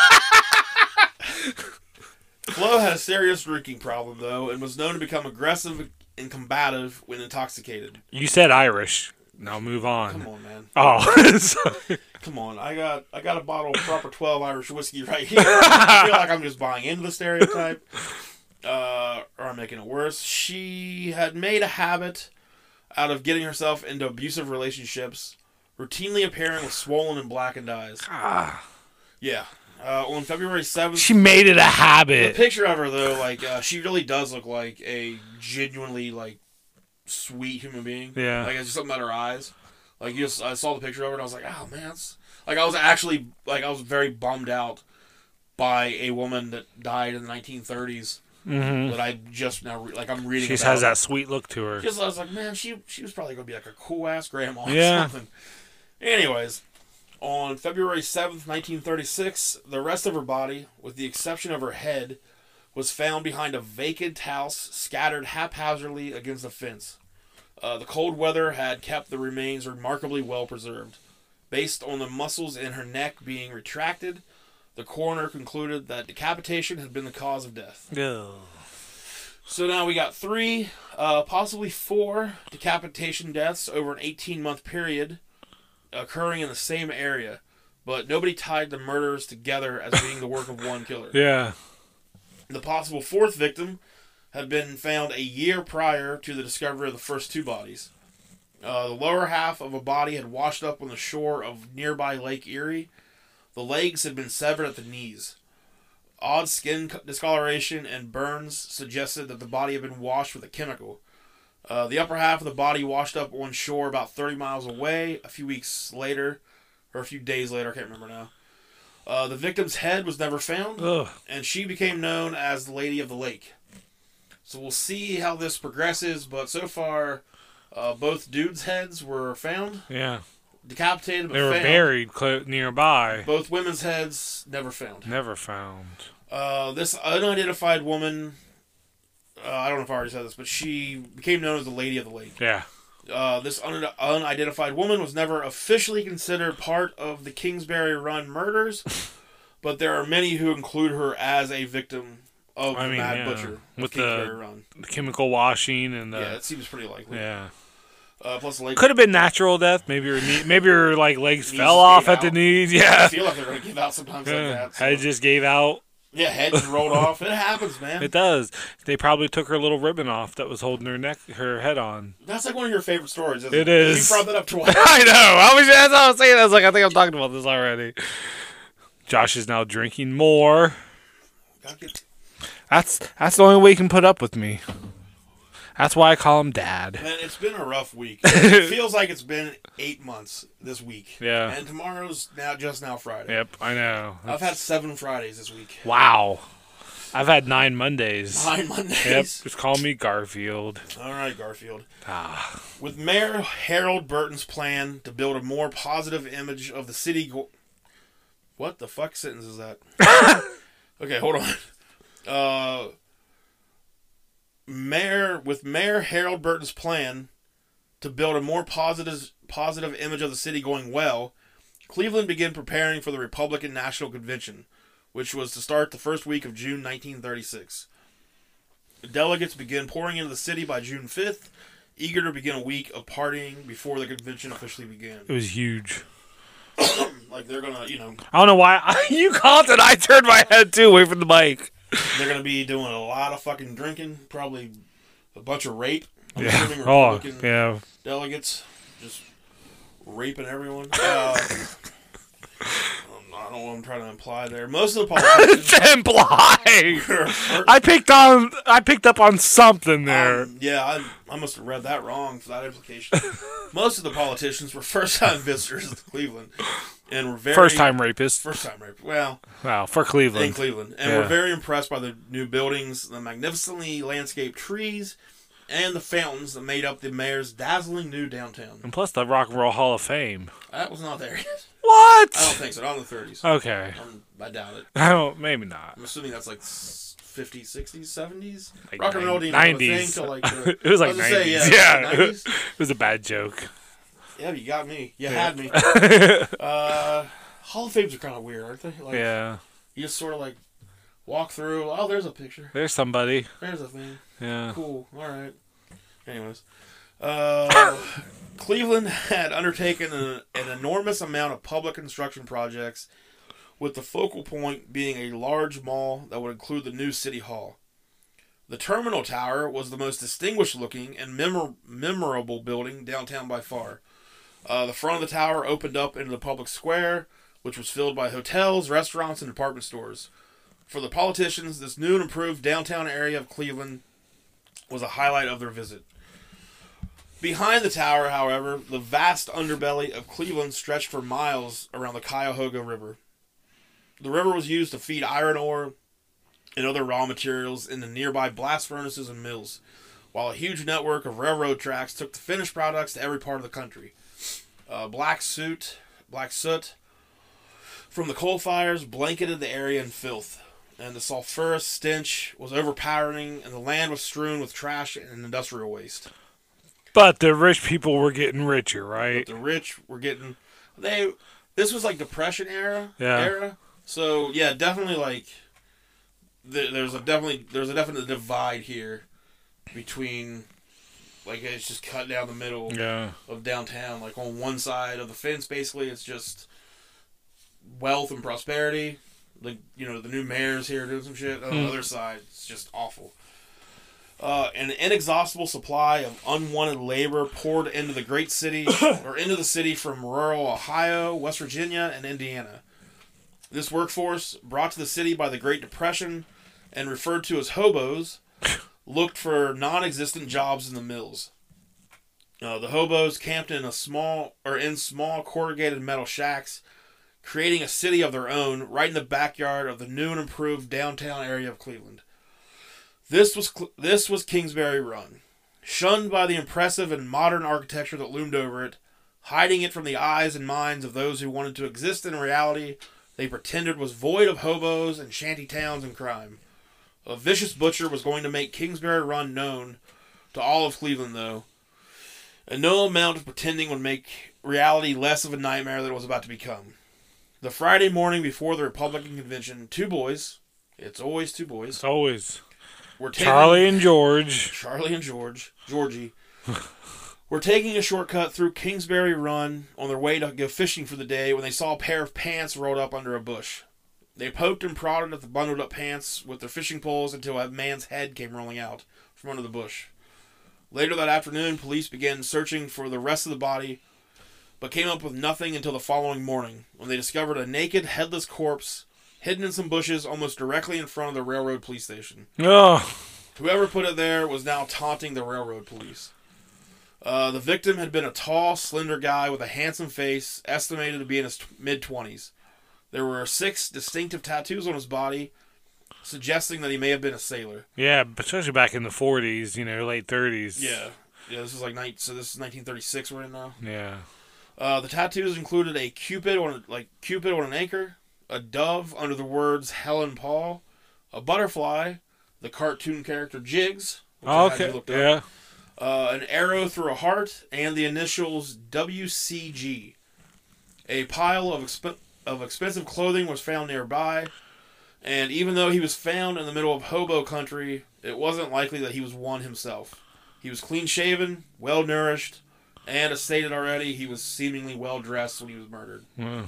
Flo had a serious drinking problem though, and was known to become aggressive and combative when intoxicated.
You said Irish. Now move on.
Come on, man.
Oh, sorry.
Come on, I got I got a bottle of proper twelve Irish whiskey right here. I feel like I'm just buying into the stereotype, uh, or I'm making it worse. She had made a habit out of getting herself into abusive relationships, routinely appearing with swollen and blackened eyes.
Ah.
Yeah, uh, on February seventh.
she made it a
The
habit.
picture of her though, like uh, she really does look like a genuinely like sweet human being.
Yeah.
like it's just something about her eyes. Like you just, I saw the picture of her and I was like, oh man, that's... like I was actually like I was very bummed out by a woman that died in the 1930s
Mm-hmm.
that I just now re- like I'm reading.
She just
about.
has that sweet look to her.
Just I was like, man, she she was probably gonna be like a cool ass grandma or
Yeah.
something. Anyways, on February seventh, nineteen thirty six, the rest of her body, with the exception of her head, was found behind a vacant house, scattered haphazardly against a fence. Uh, the cold weather had kept the remains remarkably well preserved. Based on the muscles in her neck being retracted, the coroner concluded that decapitation had been the cause of death.
No.
So now we got three, uh, possibly four decapitation deaths over an 18 month period occurring in the same area, but nobody tied the murders together as being the work of one killer.
Yeah.
The possible fourth victim had been found a year prior to the discovery of the first two bodies. Uh, the lower half of a body had washed up on the shore of nearby Lake Erie. The legs had been severed at the knees. Odd skin co- discoloration and burns suggested that the body had been washed with a chemical. Uh, the upper half of the body washed up on shore about 30 miles away a few weeks later, or a few days later, I can't remember now. Uh, the victim's head was never found
Ugh.
and she became known as the Lady of the Lake. So we'll see how this progresses, but so far, uh, both dudes' heads were found,
Yeah.
decapitated, but
They were
found.
buried clo- nearby.
Both women's heads never found.
Never found.
Uh, this unidentified woman, uh, I don't know if I already said this, but she became known as the Lady of the Lake.
Yeah.
Uh, this un- unidentified woman was never officially considered part of the Kingsbury Run murders, but there are many who include her as a victim of
I
the
mean,
Mad
yeah,
Butcher of
with the-
Kingsbury Run.
The chemical washing and
yeah,
the.
it seems pretty
Yeah.
likely. Uh, plus, the Lakers
Could have been natural death. Maybe her knee, maybe her like legs
Knees
fell
gave
off at the
out.
knees. Yeah.
feel like they're going to give out sometimes like
Yeah.
that. so-
Head just gave out.
Yeah, head just rolled off. It happens, man.
It does. They probably took her little ribbon off that was holding her neck, her head on.
That's like one of your favorite stories. Isn't it
It is.
You brought that up twice.
I know. I was that's what I was saying. I was like, I think I'm talking about this already. Josh is now drinking more.
Gotta get-
That's that's the only way he can put up with me. That's why I call him Dad.
Man, it's been a rough week. It feels like it's been eight months this week.
Yeah.
And tomorrow's now just now Friday.
Yep, I know.
I've had seven Fridays this week.
Wow, I've had nine Mondays.
Nine
Yep,
Mondays.
just call me Garfield.
All right, Garfield.
Ah,
With Mayor Harold Burton's plan to build a more positive image of the city. Go- what the fuck sentence is that? okay, hold on. Uh, Mayor with Mayor Harold Burton's plan to build a more positive positive image of the city going well, Cleveland began preparing for the Republican National Convention, which was to start the first week of June 1936. Delegates began pouring into the city by June 5th, eager to begin a week of partying before the convention officially began.
It was huge.
Like they're gonna, you know,
I don't know why you called it. I turned my head too away from the mic.
they're gonna be doing a lot of fucking drinking, probably a bunch of rape. I'm
Yeah.
assuming
Oh,
Republican
yeah.
delegates just raping everyone. Uh, um, I don't know what I'm trying to imply there. Most of the politicians
Damn blind.
are
I picked on. I picked up on something there.
Um, yeah, I, I must have read that wrong for that implication. Most of the politicians were first-time visitors to Cleveland, and were very
First time rapist.
first-time rape. Well,
Wow, for
in
Cleveland.
Cleveland, and
Yeah.
were very impressed by the new buildings, the magnificently landscaped trees, and the fountains that made up the mayor's dazzling new downtown.
and plus the Rock and Roll Hall of Fame.
That was not there. yet. I don't
What?
think so. Not in the thirties.
Okay.
Um, I doubt it.
I don't. Maybe not.
I'm assuming that's like. s- 50s, 60s, 70s.
Like
Rock and roll didn't
nine-
have a thing
90s.
till, like, the-
It was
I
like
gonna say,
nineties.
yeah,
Yeah.
90s.
It was a bad joke.
Yeah, you got me. You had me. uh, Hall of Fames are kind of weird, aren't they? Like,
Yeah.
You just sort of like walk through. Oh, there's a picture.
There's somebody.
There's a thing.
Yeah.
Cool. All right. Anyways, uh, Cleveland had undertaken an, an enormous amount of public construction projects, with the focal point being a large mall that would include the new city hall. The terminal tower was the most distinguished looking and memor- memorable building downtown by far. Uh, the front of the tower opened up into the public square, which was filled by hotels, restaurants, and department stores. For the politicians, this new and improved downtown area of Cleveland was a highlight of their visit. Behind the tower, however, the vast underbelly of Cleveland stretched for miles around the Cuyahoga River. The river was used to feed iron ore and other raw materials in the nearby blast furnaces and mills, while a huge network of railroad tracks took the finished products to every part of the country. Uh, black soot, black soot from the coal fires blanketed the area in filth, and the sulfurous stench was overpowering, and the land was strewn with trash and industrial waste.
But the rich people were getting richer, right?
the rich were getting they this was like depression era
Yeah.
era so yeah definitely like th- there's a definitely there's a definite divide here between like it's just cut down the middle
Yeah.
of downtown like on one side of the fence basically it's just wealth and prosperity like you know the new mayor's here doing some shit on the other side it's just awful uh, an inexhaustible supply of unwanted labor poured into the great city or into the city from rural ohio west virginia and indiana this workforce brought to the city by the great depression and referred to as hobos looked for non-existent jobs in the mills uh, the hobos camped in a small or in small corrugated metal shacks, creating a city of their own right in the backyard of the new and improved downtown area of Cleveland. This was Cl- this was Kingsbury Run, shunned by the impressive and modern architecture that loomed over it, hiding it from the eyes and minds of those who wanted to exist in reality they pretended was void of hobos and shanty towns and crime. A vicious butcher was going to make Kingsbury Run known to all of Cleveland, though, and no amount of pretending would make reality less of a nightmare that it was about to become. The Friday morning before the Republican convention, two boys, it's always two boys,
It's always
were taken-
Charlie and George.
Charlie and George, Georgie, were taking a shortcut through Kingsbury Run on their way to go fishing for the day when they saw a pair of pants rolled up under a bush. They poked and prodded at the bundled up pants with their fishing poles until a man's head came rolling out from under the bush. Later that afternoon, police began searching for the rest of the body, but came up with nothing until the following morning when they discovered a naked, headless corpse hidden in some bushes almost directly in front of the railroad police station.
Oh,
Whoever put it there was now taunting the railroad police. Uh, the victim had been a tall, slender guy with a handsome face, estimated to be in his t- mid 20s. There were six distinctive tattoos on his body, suggesting that he may have been a sailor.
yeah. Especially back in the '40s, you know, late '30s.
Yeah, this is like night. So this is 1936 we're in now.
Yeah.
Uh, the tattoos included a cupid on like cupid on an anchor, a dove under the words Helen Paul, a butterfly, the cartoon character Jigs. which I
Oh,
had you
okay.
looked up.
Yeah.
uh, an arrow through a heart, and the initials WCG. A pile of exp- of expensive clothing was found nearby, And even though he was found in the middle of hobo country, it wasn't likely that he was one himself. He was clean shaven, well nourished, and as stated already, he was seemingly well dressed when he was murdered.
Wow.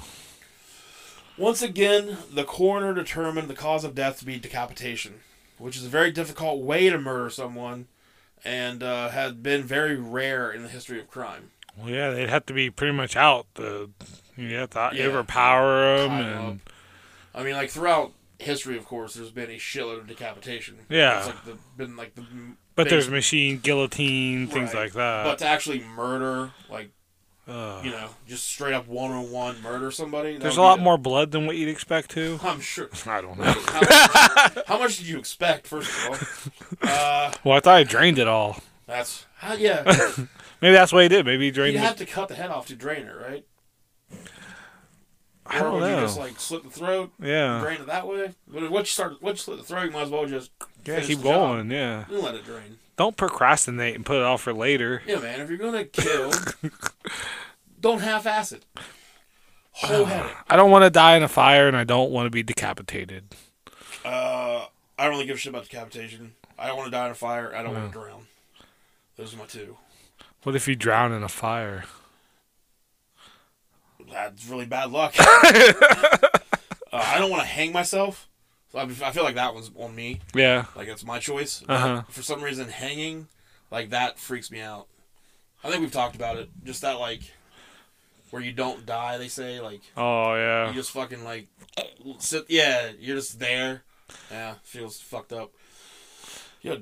Once again, the coroner determined the cause of death to be decapitation, which is a very difficult way to murder someone and uh, had been very rare in the history of crime.
Well, yeah, they'd have to be pretty much out. The you have to
Yeah.
overpower them,
Tie 'em
and
up. I mean, like, throughout history, of course, there's been a shitload of decapitation.
Yeah.
It's like the, been like the.
but
big-
there's machine guillotine things
Right.
like that.
But to actually murder, like,
Ugh.
you know, just straight up one on one murder somebody. that
there's a
would be
lot
the-
more blood than what you'd expect to.
I'm sure.
I don't know.
How much, how much did you expect, first of all? Uh,
Well, I thought I drained it all.
that's. How, yeah.
Maybe that's what he did. Maybe he drained
You'd
it.
have to cut the head off to drain it, right?
I
or
don't
would
know. Uh.
you just like slit the throat,
yeah.
drain it that way? But if once you start, once you slit the throat, you might as well just
Yeah.
finish
Keep
the job
going. Yeah.
and let it drain.
Don't procrastinate and put it off for later.
Yeah, man. If you're gonna kill, don't half-ass it. Whole head
I don't want to die in a fire, and I don't want to be decapitated.
it. Uh, I don't really give a shit about decapitation. I don't want to die in a fire. I don't want to drown. Those are my two.
What if you drown in a fire?
That's really bad luck. Uh, I don't want to hang myself. So I, I feel like that one's on me.
Yeah.
Like it's my choice.
Uh-huh.
For some reason, hanging like that freaks me out. I think we've talked about it. Just that like where you don't die. They say like
Oh
you
yeah.
just fucking like sit. Yeah, you're just there. Yeah, feels fucked up. Yeah.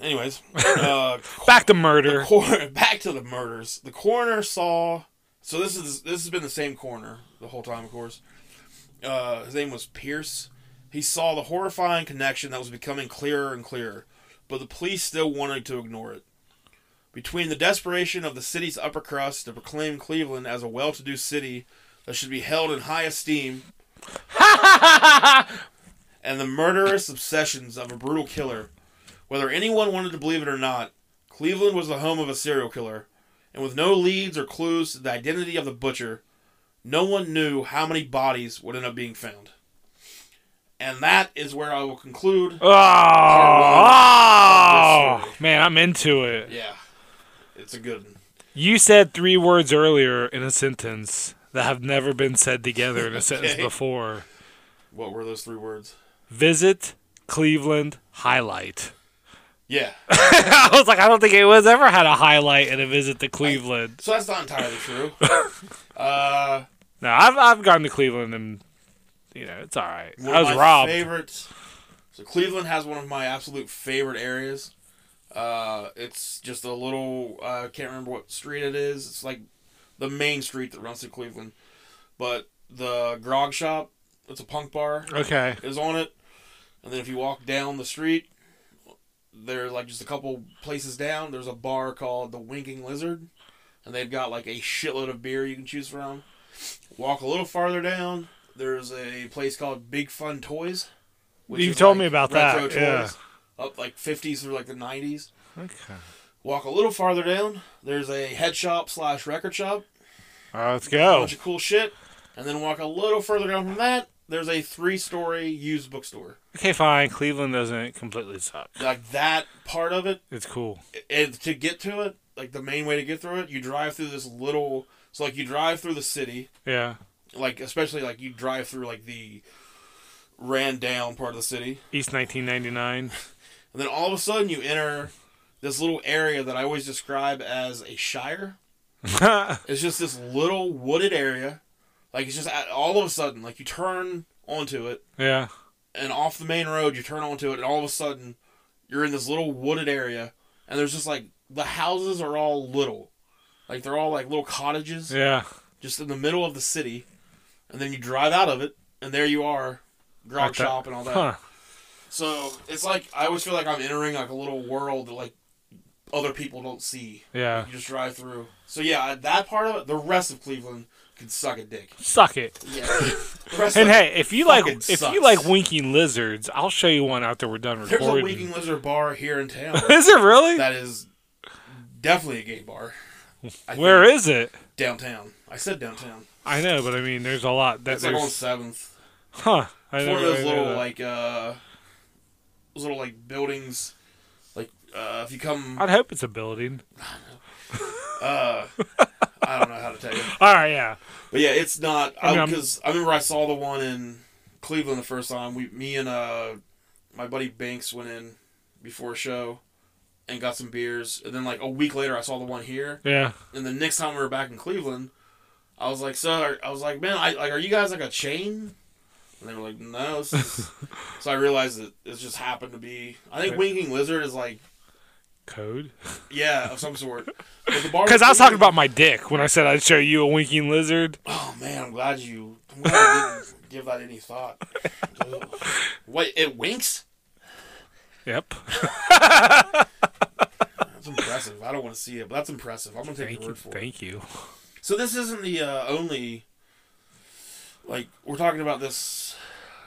Anyways, uh,
Back to
the
murder.
cor- back to the murders. The coroner saw. So this is this has been the same coroner the whole time, of course. Uh, his name was Pierce. He saw the horrifying connection that was becoming clearer and clearer, but the police still wanted to ignore it. Between the desperation of the city's upper crust to proclaim Cleveland as a well-to-do city that should be held in high esteem, and the murderous obsessions of a brutal killer, whether anyone wanted to believe it or not, Cleveland was the home of a serial killer, and with no leads or clues to the identity of the butcher, no one knew how many bodies would end up being found. And that is where I will conclude.
Oh, oh, man, I'm into it.
Yeah, it's a good one.
You said three words earlier in a sentence that have never been said together in a sentence
Okay.
before.
What were those three words?
Visit Cleveland highlight.
Yeah.
I was like, I don't think it was ever had a highlight in a visit to Cleveland.
So that's not entirely true. Uh,
No, I've I've gone to Cleveland and you know it's all right.
one
I
of
was
my
robbed.
Favorites. So Cleveland has one of my absolute favorite areas. Uh, it's just a little. uh, I can't remember what street it is. It's like the main street that runs through Cleveland, but the grog shop. It's a punk bar.
Okay.
Is on it, and then if you walk down the street, there like just a couple places down. There's a bar called the Winking Lizard, and they've got like a shitload of beer you can choose from. Walk a little farther down. There's a place called Big Fun Toys.
You've
is,
told me about that,
retro
yeah.
Up like 50s through like the 90s.
Okay.
Walk a little farther down. There's a head shop slash record shop.
All right, let's
A
go.
bunch of cool shit. And then walk a little further down from that. There's a three story used bookstore.
Okay, fine. Cleveland doesn't completely suck.
Like that part of it,
It's cool.
and to get to it, like the main way to get through it, you drive through this little. So like you drive through the city,
Yeah.
like especially like you drive through like the ran down part of the city,
East 1999.
and then all of a sudden you enter this little area that I always describe as a shire. It's just this little wooded area, like it's just at- all of a sudden like you turn onto it,
yeah.
and off the main road you turn onto it and all of a sudden you're in this little wooded area and there's just like the houses are all little like they're all like little cottages
Yeah.
just in the middle of the city and then you drive out of it and there you are grog
Like that.
shop and all that
Huh.
so it's like i always feel like i'm entering like a little world that like other people don't see
Yeah.
you just drive through so yeah that part of it the rest of cleveland can suck a dick
Suck it.
yeah The rest
And
of it-
hey, if you like
fucking
if
sucks.
you like winking lizards, I'll show you one after we're done
there's a
recording.
winking lizard bar here in town
is it really?
that is definitely a gay bar. I
Where
think.
is it?
downtown? I said downtown.
I know, but I mean, there's a lot that
It's like on
there's.
Seventh.
Huh. I
It's
never
one of those
really knew
little
that.
like uh, those little like buildings. Like uh, if you come,
I'd hope it's a building.
uh, I don't know how to tell you,
All right, yeah.
but yeah, it's not.
I mean,
I
I'm-
because I remember I saw the one in Cleveland the first time. We, me and uh, my buddy Banks went in before a show and got some beers, and then like a week later I saw the one here.
Yeah.
And the next time we were back in Cleveland, I was like, "So, I was like, man, I like, are you guys like a chain?" And they were like, "No." this is-" so I realized that it just happened to be. I think Winking Lizard is like,
Code?
yeah, of some sort. But the bar
Because I was talking about my dick when I said I'd show you a winking lizard.
Oh man, I'm glad you. I'm glad I didn't give that any thought. Ugh. What it winks?
Yep.
That's impressive. I don't want to see it, but that's impressive. I'm gonna take
Thank
your
you.
word for it.
Thank you.
So this isn't the uh, only like we're talking about this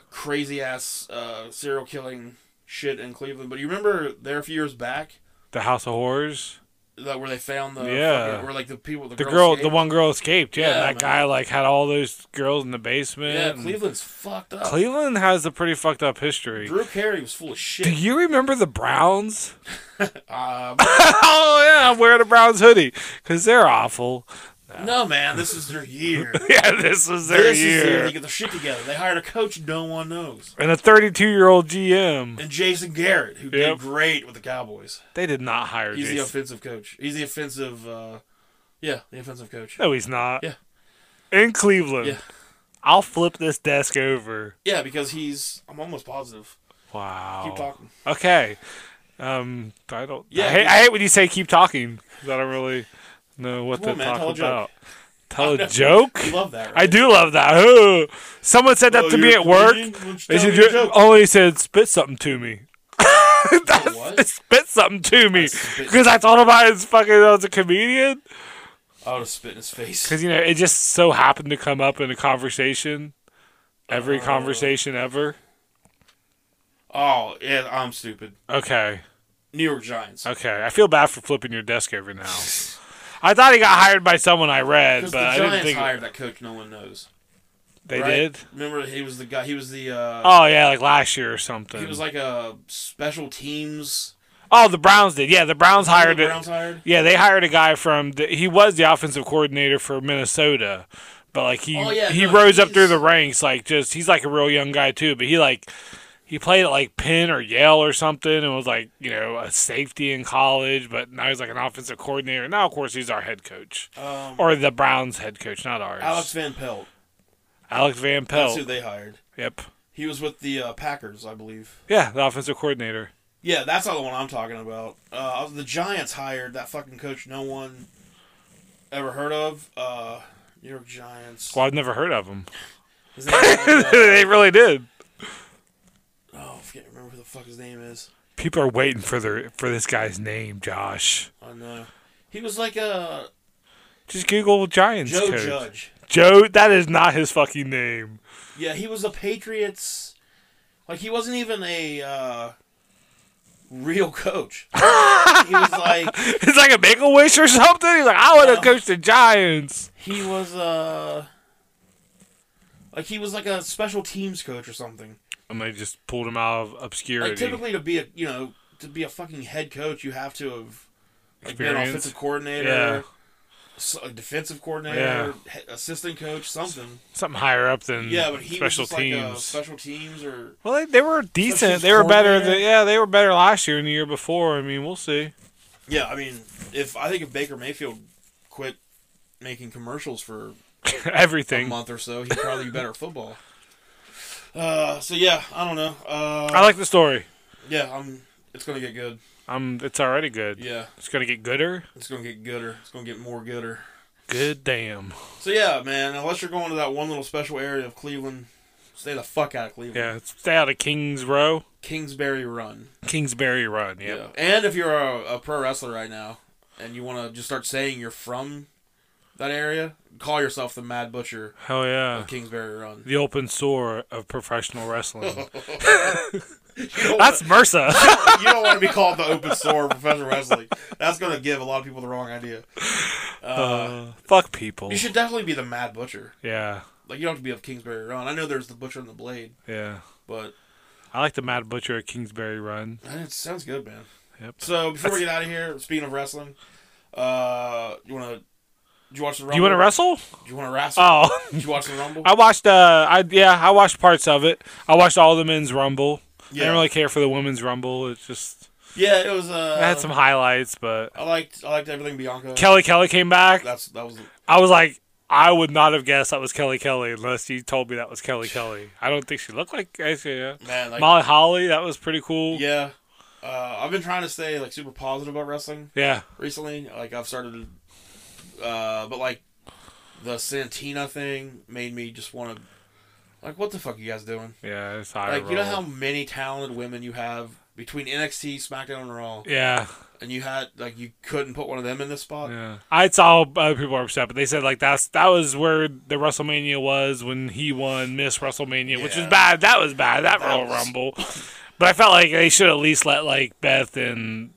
crazy ass uh, serial killing shit in Cleveland, but you remember there a few years back
The House of Horrors.
that where they found the
Yeah.
fucking- where like the people the,
The girl, the
escaped?
one girl escaped. Yeah,
Yeah,
that
man.
guy like had all those girls in the basement.
yeah
and-
Cleveland's fucked up.
Cleveland has a pretty fucked up history.
Drew Carey was full of
Do
shit.
you remember the Browns?
Um,
oh yeah, I'm wearing a Browns hoodie because they're awful.
no man, this is their year.
Yeah, this was their
this
year.
is the year they get their shit together. They hired a coach no one knows,
and a 32 year old GM.
and Jason Garrett, who
Yep.
did great with the Cowboys.
They did not hire
He's the
Jason.
offensive coach. He's the offensive. Uh, yeah, the offensive coach.
no, he's not.
Yeah.
In Cleveland.
Yeah.
I'll flip this desk over.
Yeah, because he's. I'm almost positive.
Wow.
Keep talking.
Okay. Um, I don't. Yeah.
Yeah,
I hate,
you-
I hate when you say keep talking 'cause I don't really know what
Come
to
on, man,
talk
tell a joke.
about. Tell a joke.
You love that, right?
I do love that. Ooh. Someone said
Oh,
that to me at work. They said,
do
"You- only said spit something to me.
What?
spit something to me
spit-
because I thought about it as fucking I was a comedian. oh.
I would have spit in his face.
Because you know, it just so happened to come up in a conversation, every conversation ever.
Oh yeah, I'm stupid.
Okay,
New York Giants.
okay. I feel bad for flipping your desk over now. I thought he got hired by someone I read,
Because
but
the
I
Giants
didn't think
hired that coach. No one knows.
they
right?
did.
Remember, he was the guy. He was the. Uh,
Oh yeah, like last year or something.
He was like a special teams.
oh, the Browns did. Yeah, the Browns hired
the
it.
Browns hired.
Yeah, they hired a guy from. The, he was the offensive coordinator for Minnesota, but like he
Oh, yeah,
he
no,
rose up
he's-
through the ranks. Like just he's like a real young guy too, but he like he played at like Penn or Yale or something, and was like you know a safety in college, but now he's like an offensive coordinator. Now of course he's our head coach
Um,
or the Browns' head coach, not ours.
Alex Van Pelt.
Alex Van
That's who
Pelt.
they hired.
Yep.
He was with the uh, Packers, I believe.
Yeah, the offensive coordinator.
Yeah, that's not the one I'm talking about. Uh, the Giants hired that fucking coach no one ever heard of. Uh, New York Giants.
Well, I've never heard of him.
His name is,
they
uh,
really did.
oh, I can't remember who the fuck his name is.
People are waiting for their for this guy's name, Josh.
I know. He was like a
Just Google Giants
Joe
coach.
Judge.
Joe, that is not his fucking name.
Yeah, he was a Patriots. Like he wasn't even a uh, real coach. he was like
It's like a make a wish or something. He's like, I want to
No.
coach the Giants.
he was uh like he was like a special teams coach or something.
And they just pulled him out of obscurity.
Like typically to be a you know to be a fucking head coach, you have to have like, been an
Experience.
offensive coordinator,
Yeah.
s- a defensive coordinator, he- assistant coach, something.
Something higher up than
Yeah, but he
Mm. special
was just
teams.
like a special teams or
well, they, they were decent.
teams
They were better. Than,
coordinator?
yeah, they were better last year and the year before. I mean, we'll see.
yeah. I mean, if I think if Baker Mayfield quit making commercials for a
Everything.
month or so, he'd probably be better at football. Uh, so yeah, I don't know. Uh,
I like the story.
yeah, I'm. It's gonna get good.
Um, it's already good.
Yeah.
It's gonna get gooder.
It's gonna get gooder. It's gonna get more gooder.
Good damn.
So yeah, man. Unless you're going to that one little special area of Cleveland, stay the fuck out of Cleveland.
Yeah, it's- stay out of Kings Row,
Kingsbury Run.
Kingsbury Run. Yep.
Yeah. And if you're a, a pro wrestler right now and you want to just start saying you're from that area, call yourself the Mad Butcher
Hell yeah.
of Kingsbury Run.
The open sore of professional wrestling.
You don't
That's MRSA.
wanna- you don't want to be called the open sore of professional wrestling. That's gonna give a lot of people the wrong idea. Uh,
Uh, fuck people.
you should definitely be the Mad Butcher.
yeah.
Like you don't have to be of Kingsbury Run. I know there's the Butcher and the Blade,
Yeah.
but
I like the Mad Butcher at Kingsbury Run.
it sounds good, man.
Yep.
So before we get out of here, speaking of wrestling, uh, you wanna? Did you watch the Rumble?
You want to wrestle?
Do you wanna wrestle?
Oh.
Did you watch the Rumble?
I watched uh I yeah, I watched parts of it. I watched all the men's rumble. I
yeah,
didn't really care for the women's rumble. It's just
yeah. It was. Uh,
I had some highlights, but
I liked. I liked everything Bianca.
Kelly Kelly came back.
That's that was.
I was like I would not have guessed that was Kelly Kelly unless you told me that was Kelly Kelly. I don't think she looked like actually, yeah.
Man, like,
Molly Holly, that was pretty cool.
yeah. Uh, I've been trying to stay like super positive about wrestling
Yeah.
recently. Like I've started, uh, but like the Santina thing made me just want to, like, what the fuck are you guys doing?
Yeah, it's high
Like, you know
roll.
how many talented women you have between NXT, SmackDown, and Raw,
Yeah,
and you had like you couldn't put one of them in this spot.
yeah. I saw other people were upset, but they said like that's that was where the WrestleMania was when he won Miss WrestleMania, which was
Yeah.
bad. That was bad. That,
That
Royal
was-
Rumble. But I felt like they should at least let like Beth and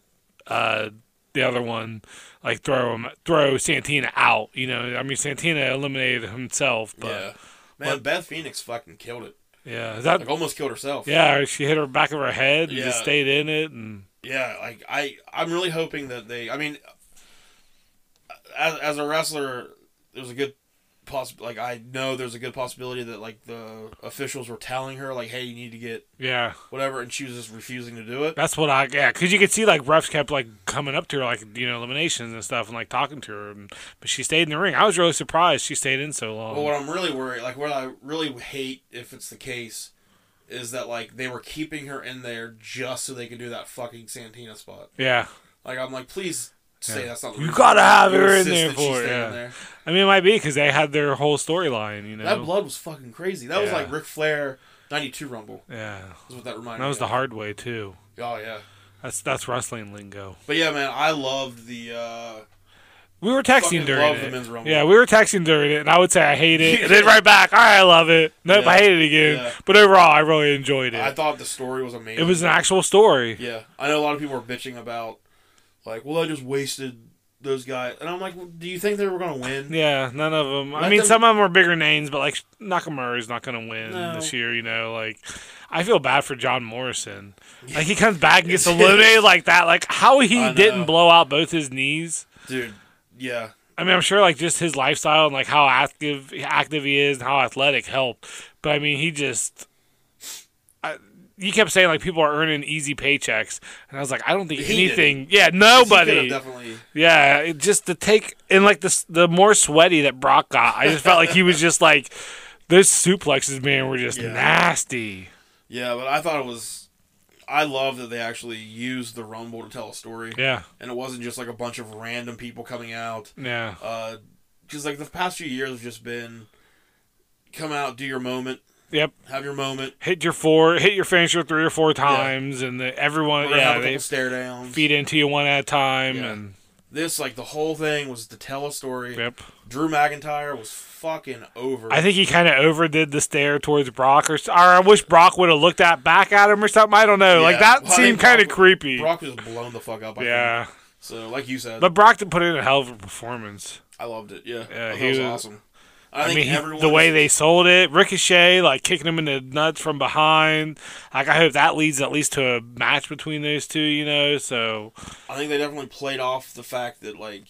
uh, the other one like throw him throw Santina out. You know, I mean Santina eliminated himself, but yeah,
yeah. Man,
but-
Beth Phoenix fucking killed it.
Is that
Like almost killed herself.
yeah. She hit her back of her head and just
Yeah.
stayed in it, and
Yeah, like I, I'm really hoping that they. I mean, as, as a wrestler, there's a good poss. Like I know there's a good possibility that like the officials were telling her like, hey, you need to get
yeah.
whatever, and she was just refusing to do it.
That's what I yeah, because you could see like refs kept like coming up to her like you know eliminations and stuff and like talking to her, and, but she stayed in the ring. I was really surprised she stayed in so long.
But what I'm really worried, like what I really hate, if it's the case, is that like they were keeping her in there just so they could do that fucking Santina spot.
yeah,
Like I'm like, please say
Yeah.
that's not. the
You
reason.
gotta have
You
her in
insist
there
that she
for
stay
it,
in
yeah.
there.
I mean it might be because they had their whole storyline, you know.
That blood was fucking crazy. That was
Yeah.
like Ric Flair '92 Rumble.
yeah,
Is what that reminded
and that was
me.
the hard way too.
the oh yeah.
That's that's wrestling lingo.
But yeah, man, I loved the. uh
We were texting
Fucking
during
love
it.
the men's rumble.
Yeah, we were texting during it, and I would say I hate it, and then right back, all right, I love it. Nope, I
Yeah.
hate it again.
Yeah.
But overall, I really enjoyed it.
I thought the story was amazing.
it was an actual story.
Yeah, I know a lot of people are bitching about, like, well, I just wasted those guys, and I'm like, well, do you think they were gonna win?
Yeah, none of them. I
Let
mean,
them-
some of them are bigger names, but like Nakamura's not going to win
No.
this year. You know, like I feel bad for John Morrison. Like he comes back and gets eliminated like that. Like how
I
he
know.
didn't blow out both his knees.
Dude, yeah,
I mean, I'm sure like just his lifestyle and like how active active he is and how athletic helped. But I mean, he just. I, you kept saying like people are earning easy paychecks, and I was like, I don't think
He
anything. Yeah,
He could've
nobody.
definitely.
Yeah, it just the take and like the s- the more sweaty that Brock got, I just felt like he was just like those suplexes, man, were just
Yeah.
nasty.
Yeah, but I thought it was. I love that they actually used the Rumble to tell a story,
Yeah,
and it wasn't just like a bunch of random people coming out.
yeah,
because like the past few years have just been come out, do your moment,
yep.
have your moment,
Hit your four, hit your finisher three or four times, and the, everyone,
we're gonna have
yeah,
a
they
couple stare downs.
feed into you one at a time,
Yeah.
and
This like the whole thing was to tell a story.
yep.
Drew McIntyre was fucking over.
I think he kind of overdid the stare towards Brock, or, s- or I wish Brock would have looked at back at him or something. I don't know, like
Yeah.
that
Well, I
seemed
think
kind of
Brock-
creepy.
Brock was blown the fuck up. I Think.
yeah,
So like you said,
but Brock did put in a hell of a performance.
I loved it. Yeah,
Yeah,
I thought
he
it was,
was-
awesome. I,
I,
think
mean, he-
everyone
the way
is-
they sold it, Ricochet like kicking him in the nuts from behind. Like I hope that leads at least to a match between those two. You know, so
I think they definitely played off the fact that like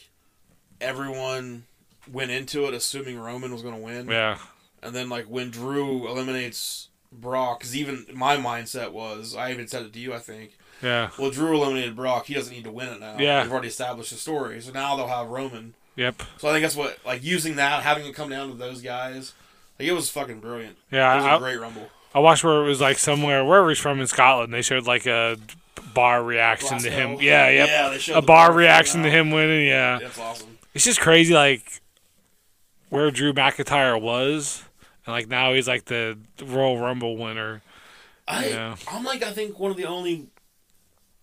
everyone went into it assuming Roman was gonna win.
yeah,
And then like when Drew eliminates Brock, because even my mindset was, I even said it to you, I think.
yeah,
Well, Drew eliminated Brock. He doesn't need to win it now.
Yeah.
they've already established the story, so now they'll have Roman.
yep,
So I think that's what like using that, having it come down to those guys. Like it was fucking brilliant.
yeah.
it was
I,
a great rumble.
I watched where it was like somewhere wherever he's from in Scotland. They showed like a bar reaction to him.
Glasgow.
Yeah, yep.
Yeah, they showed
a
the
bar
bar
reaction to
coming
him winning. Yeah,
That's awesome.
it's just crazy. Like where Drew McIntyre was, and like now he's like the Royal Rumble winner.
I
Yeah.
I'm like I think one of the only.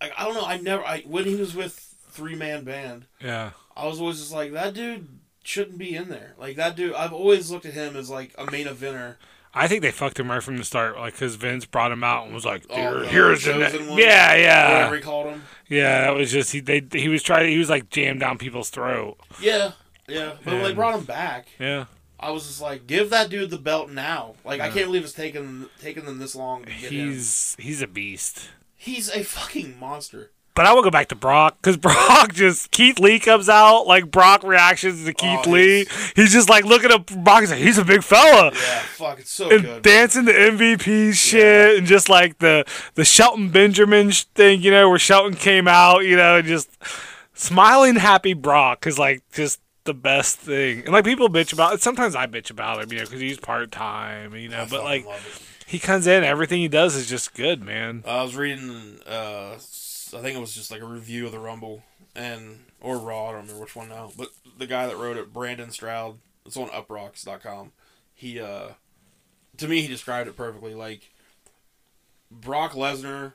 Like I don't know. I never. I when he was with three man band,
Yeah,
I was always just like that dude shouldn't be in there. Like that dude. I've always looked at him as like a main eventer.
I think they fucked him right from the start, like because Vince brought him out and was like,
Oh,
"Here-
the
"Here's the
chosen
ne-
one?
yeah,
whatever
yeah,
he called him.
yeah." That was just he. They he was trying. He was like jammed down people's throat.
Yeah, yeah. But when they
And-
brought him back,
Yeah,
I was just like, give that dude the belt now. Like, I
Yeah.
can't believe it's taken taken them this long to get him.
He's he's a beast.
He's a fucking monster.
But I will go back to Brock because Brock just Keith Lee comes out like Brock reactions to Keith
Oh,
Lee. He's, just like looking at Brock. He's like he's a big fella
Yeah, fuck, it's so
and
good.
dancing the MVP shit and just like the the Shelton Benjamin sh- thing, you know, where Shelton came out, you know, and just smiling happy Brock is like just the best thing. And like people bitch about it. Sometimes I bitch about him, you know, because he's part time, you know.
I
But
fucking
like
love it.
he comes in, everything he does is just good, man.
I was reading, uh, s- I think it was just like a review of the Rumble and or Raw. I don't remember which one now, but the guy that wrote it, Brandon Stroud, it's on Uprocks.com. He, uh, to me, he described it perfectly. Like Brock Lesnar,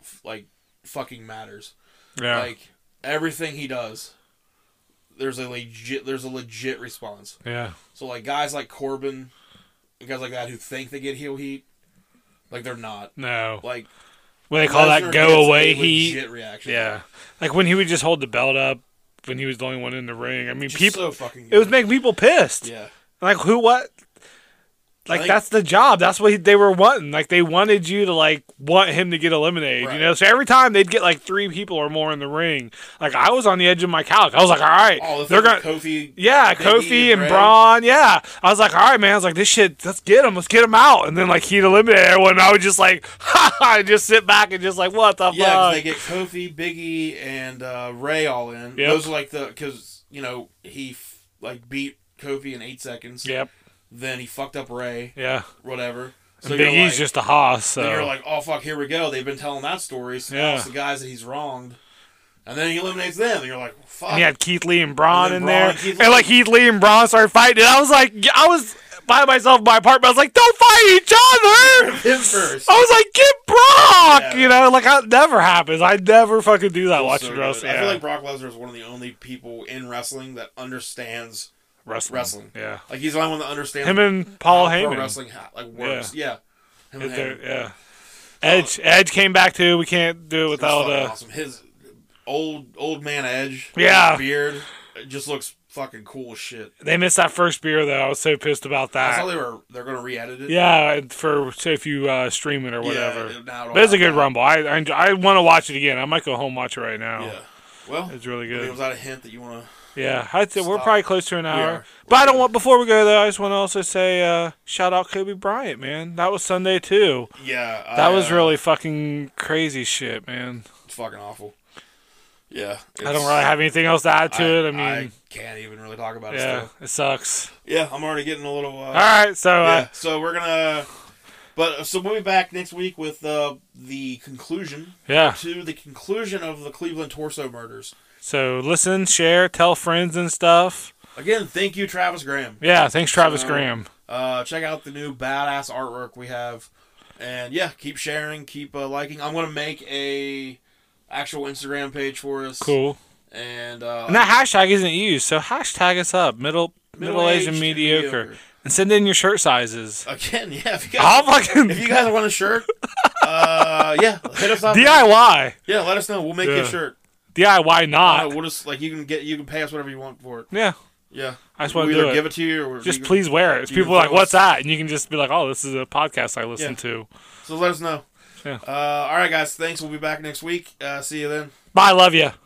f- like fucking matters.
Yeah,
Like everything he does, there's a legit there's a legit response.
yeah,
So like guys like Corbin, and guys like that who think they get heel heat, like they're not.
no.
Like
What they call
Lesnar
that
gets
go
a
away heat.
legit reaction.
Yeah, like when he would just hold the belt up when he was the only one in the ring. I mean,
Just
people.
so fucking. Good.
it was making people pissed.
yeah.
Like who what? Like
think-
that's the job. That's what he- they were wanting. Like they wanted you to like want him to get eliminated.
Right.
You know. So every time they'd get like three people or more in the ring. Like I was on the edge of my couch. I was like, all right,
Oh, the
they're
thing
gonna.
with Kofi.
yeah,
Big E
Kofi and
Bray.
Braun. Yeah, I was like, all right, man. I was like, this shit. Let's get him. Let's get him out. And then like he'd eliminate everyone. And I would just like, ha ha, and just sit back and just like, what the
Yeah, 'cause
fuck?
they get Kofi, Biggie, and uh, Ray all in.
Yep.
Those are like the because you know he f- like beat Kofi in eight seconds.
yep.
Then he fucked up Ray.
Yeah.
Whatever. So
And
you're
Big E's
like-
just a hoss. So
Then you're like, oh fuck, here we go. They've been telling that story. So now
Yeah.
it's the guys that he's wronged, and then he eliminates them. And you're like, fuck.
And he had Keith Lee and Braun
And then
in
Braun
there.
and Keith
and like Keith Lee and Braun started fighting. And I was like, I was by myself in my apartment. I was like, don't fight each other.
him first.
I was like, get Brock.
Yeah.
You know, like that never happens. I never fucking do that
It was
watching
so good.
wrestling.
I
Yeah.
feel like Brock Lesnar is one of the only people in wrestling that understands.
wrestling.
wrestling.
Yeah.
Like he's the only one that understands.
Him and
how
Paul
pro
Heyman.
wrestling ha- like works. Yeah. Him Oh. and
They're-
Heyman.
Yeah. Edge. Edge came back too. We can't
It
do it
was
without.
fucking
Uh,
awesome. His old old man Edge.
Yeah.
his beard it just looks fucking cool as shit.
They missed that first beer though. I was so pissed about
I saw
that.
they were they're gonna re-edit it.
Yeah, for say if you uh, stream it or
Yeah,
whatever.
it- now it'll
But it's a good
have that.
rumble. I I, enjoy- I want to watch it again. I might go home watch it right now.
Yeah. Well,
It's really
I mean,
good.
was that a hint that you want to?
Yeah, I th- we're
Stop.
probably close to an hour.
are.
But I
We're
don't
good.
want before we go though. I just want to also say uh, shout out Kobe Bryant, man. That was Sunday too.
Yeah,
That
I,
was
uh,
really fucking crazy shit, man.
it's fucking awful. Yeah,
I don't
it's-
really have anything else to add to it. I mean,
can't even really talk about it.
yeah,
Still.
it sucks.
Yeah, I'm already getting a little. Uh,
All right, so uh,
Yeah, so we're gonna. But uh, so we'll be back next week with uh, the conclusion
yeah.
to the conclusion of the Cleveland torso murders.
So listen, share, tell friends and stuff.
Again, thank you, Travis Graham.
Yeah, thanks Travis
So-
Graham.
Uh, check out the new badass artwork we have, and yeah, keep sharing, keep uh, liking. I'm gonna make a actual Instagram page for us.
Cool.
And, uh,
And that hashtag isn't used, so hashtag us up. Middle middle aged and mediocre. And send in your shirt sizes.
Again, yeah. If you guys,
I'll fucking
if you guys want a shirt, uh, yeah, hit us up.
DIY.
Yeah, let us know. We'll make you a
Yeah.
shirt.
DIY
Uh,
not.
we'll just like you can get you can pay us whatever you want for it.
yeah.
Yeah,
I just
we'll
want to
either
do it.
give it to you or
just
you can-
please wear it.
you
People
can
are like,
throw us-
what's that? And you can just be like, oh, this is a podcast I listen
Yeah.
to.
So let us know.
Yeah.
Uh, all right, guys. Thanks. We'll be back next week. Uh, see you then.
Bye. Love you.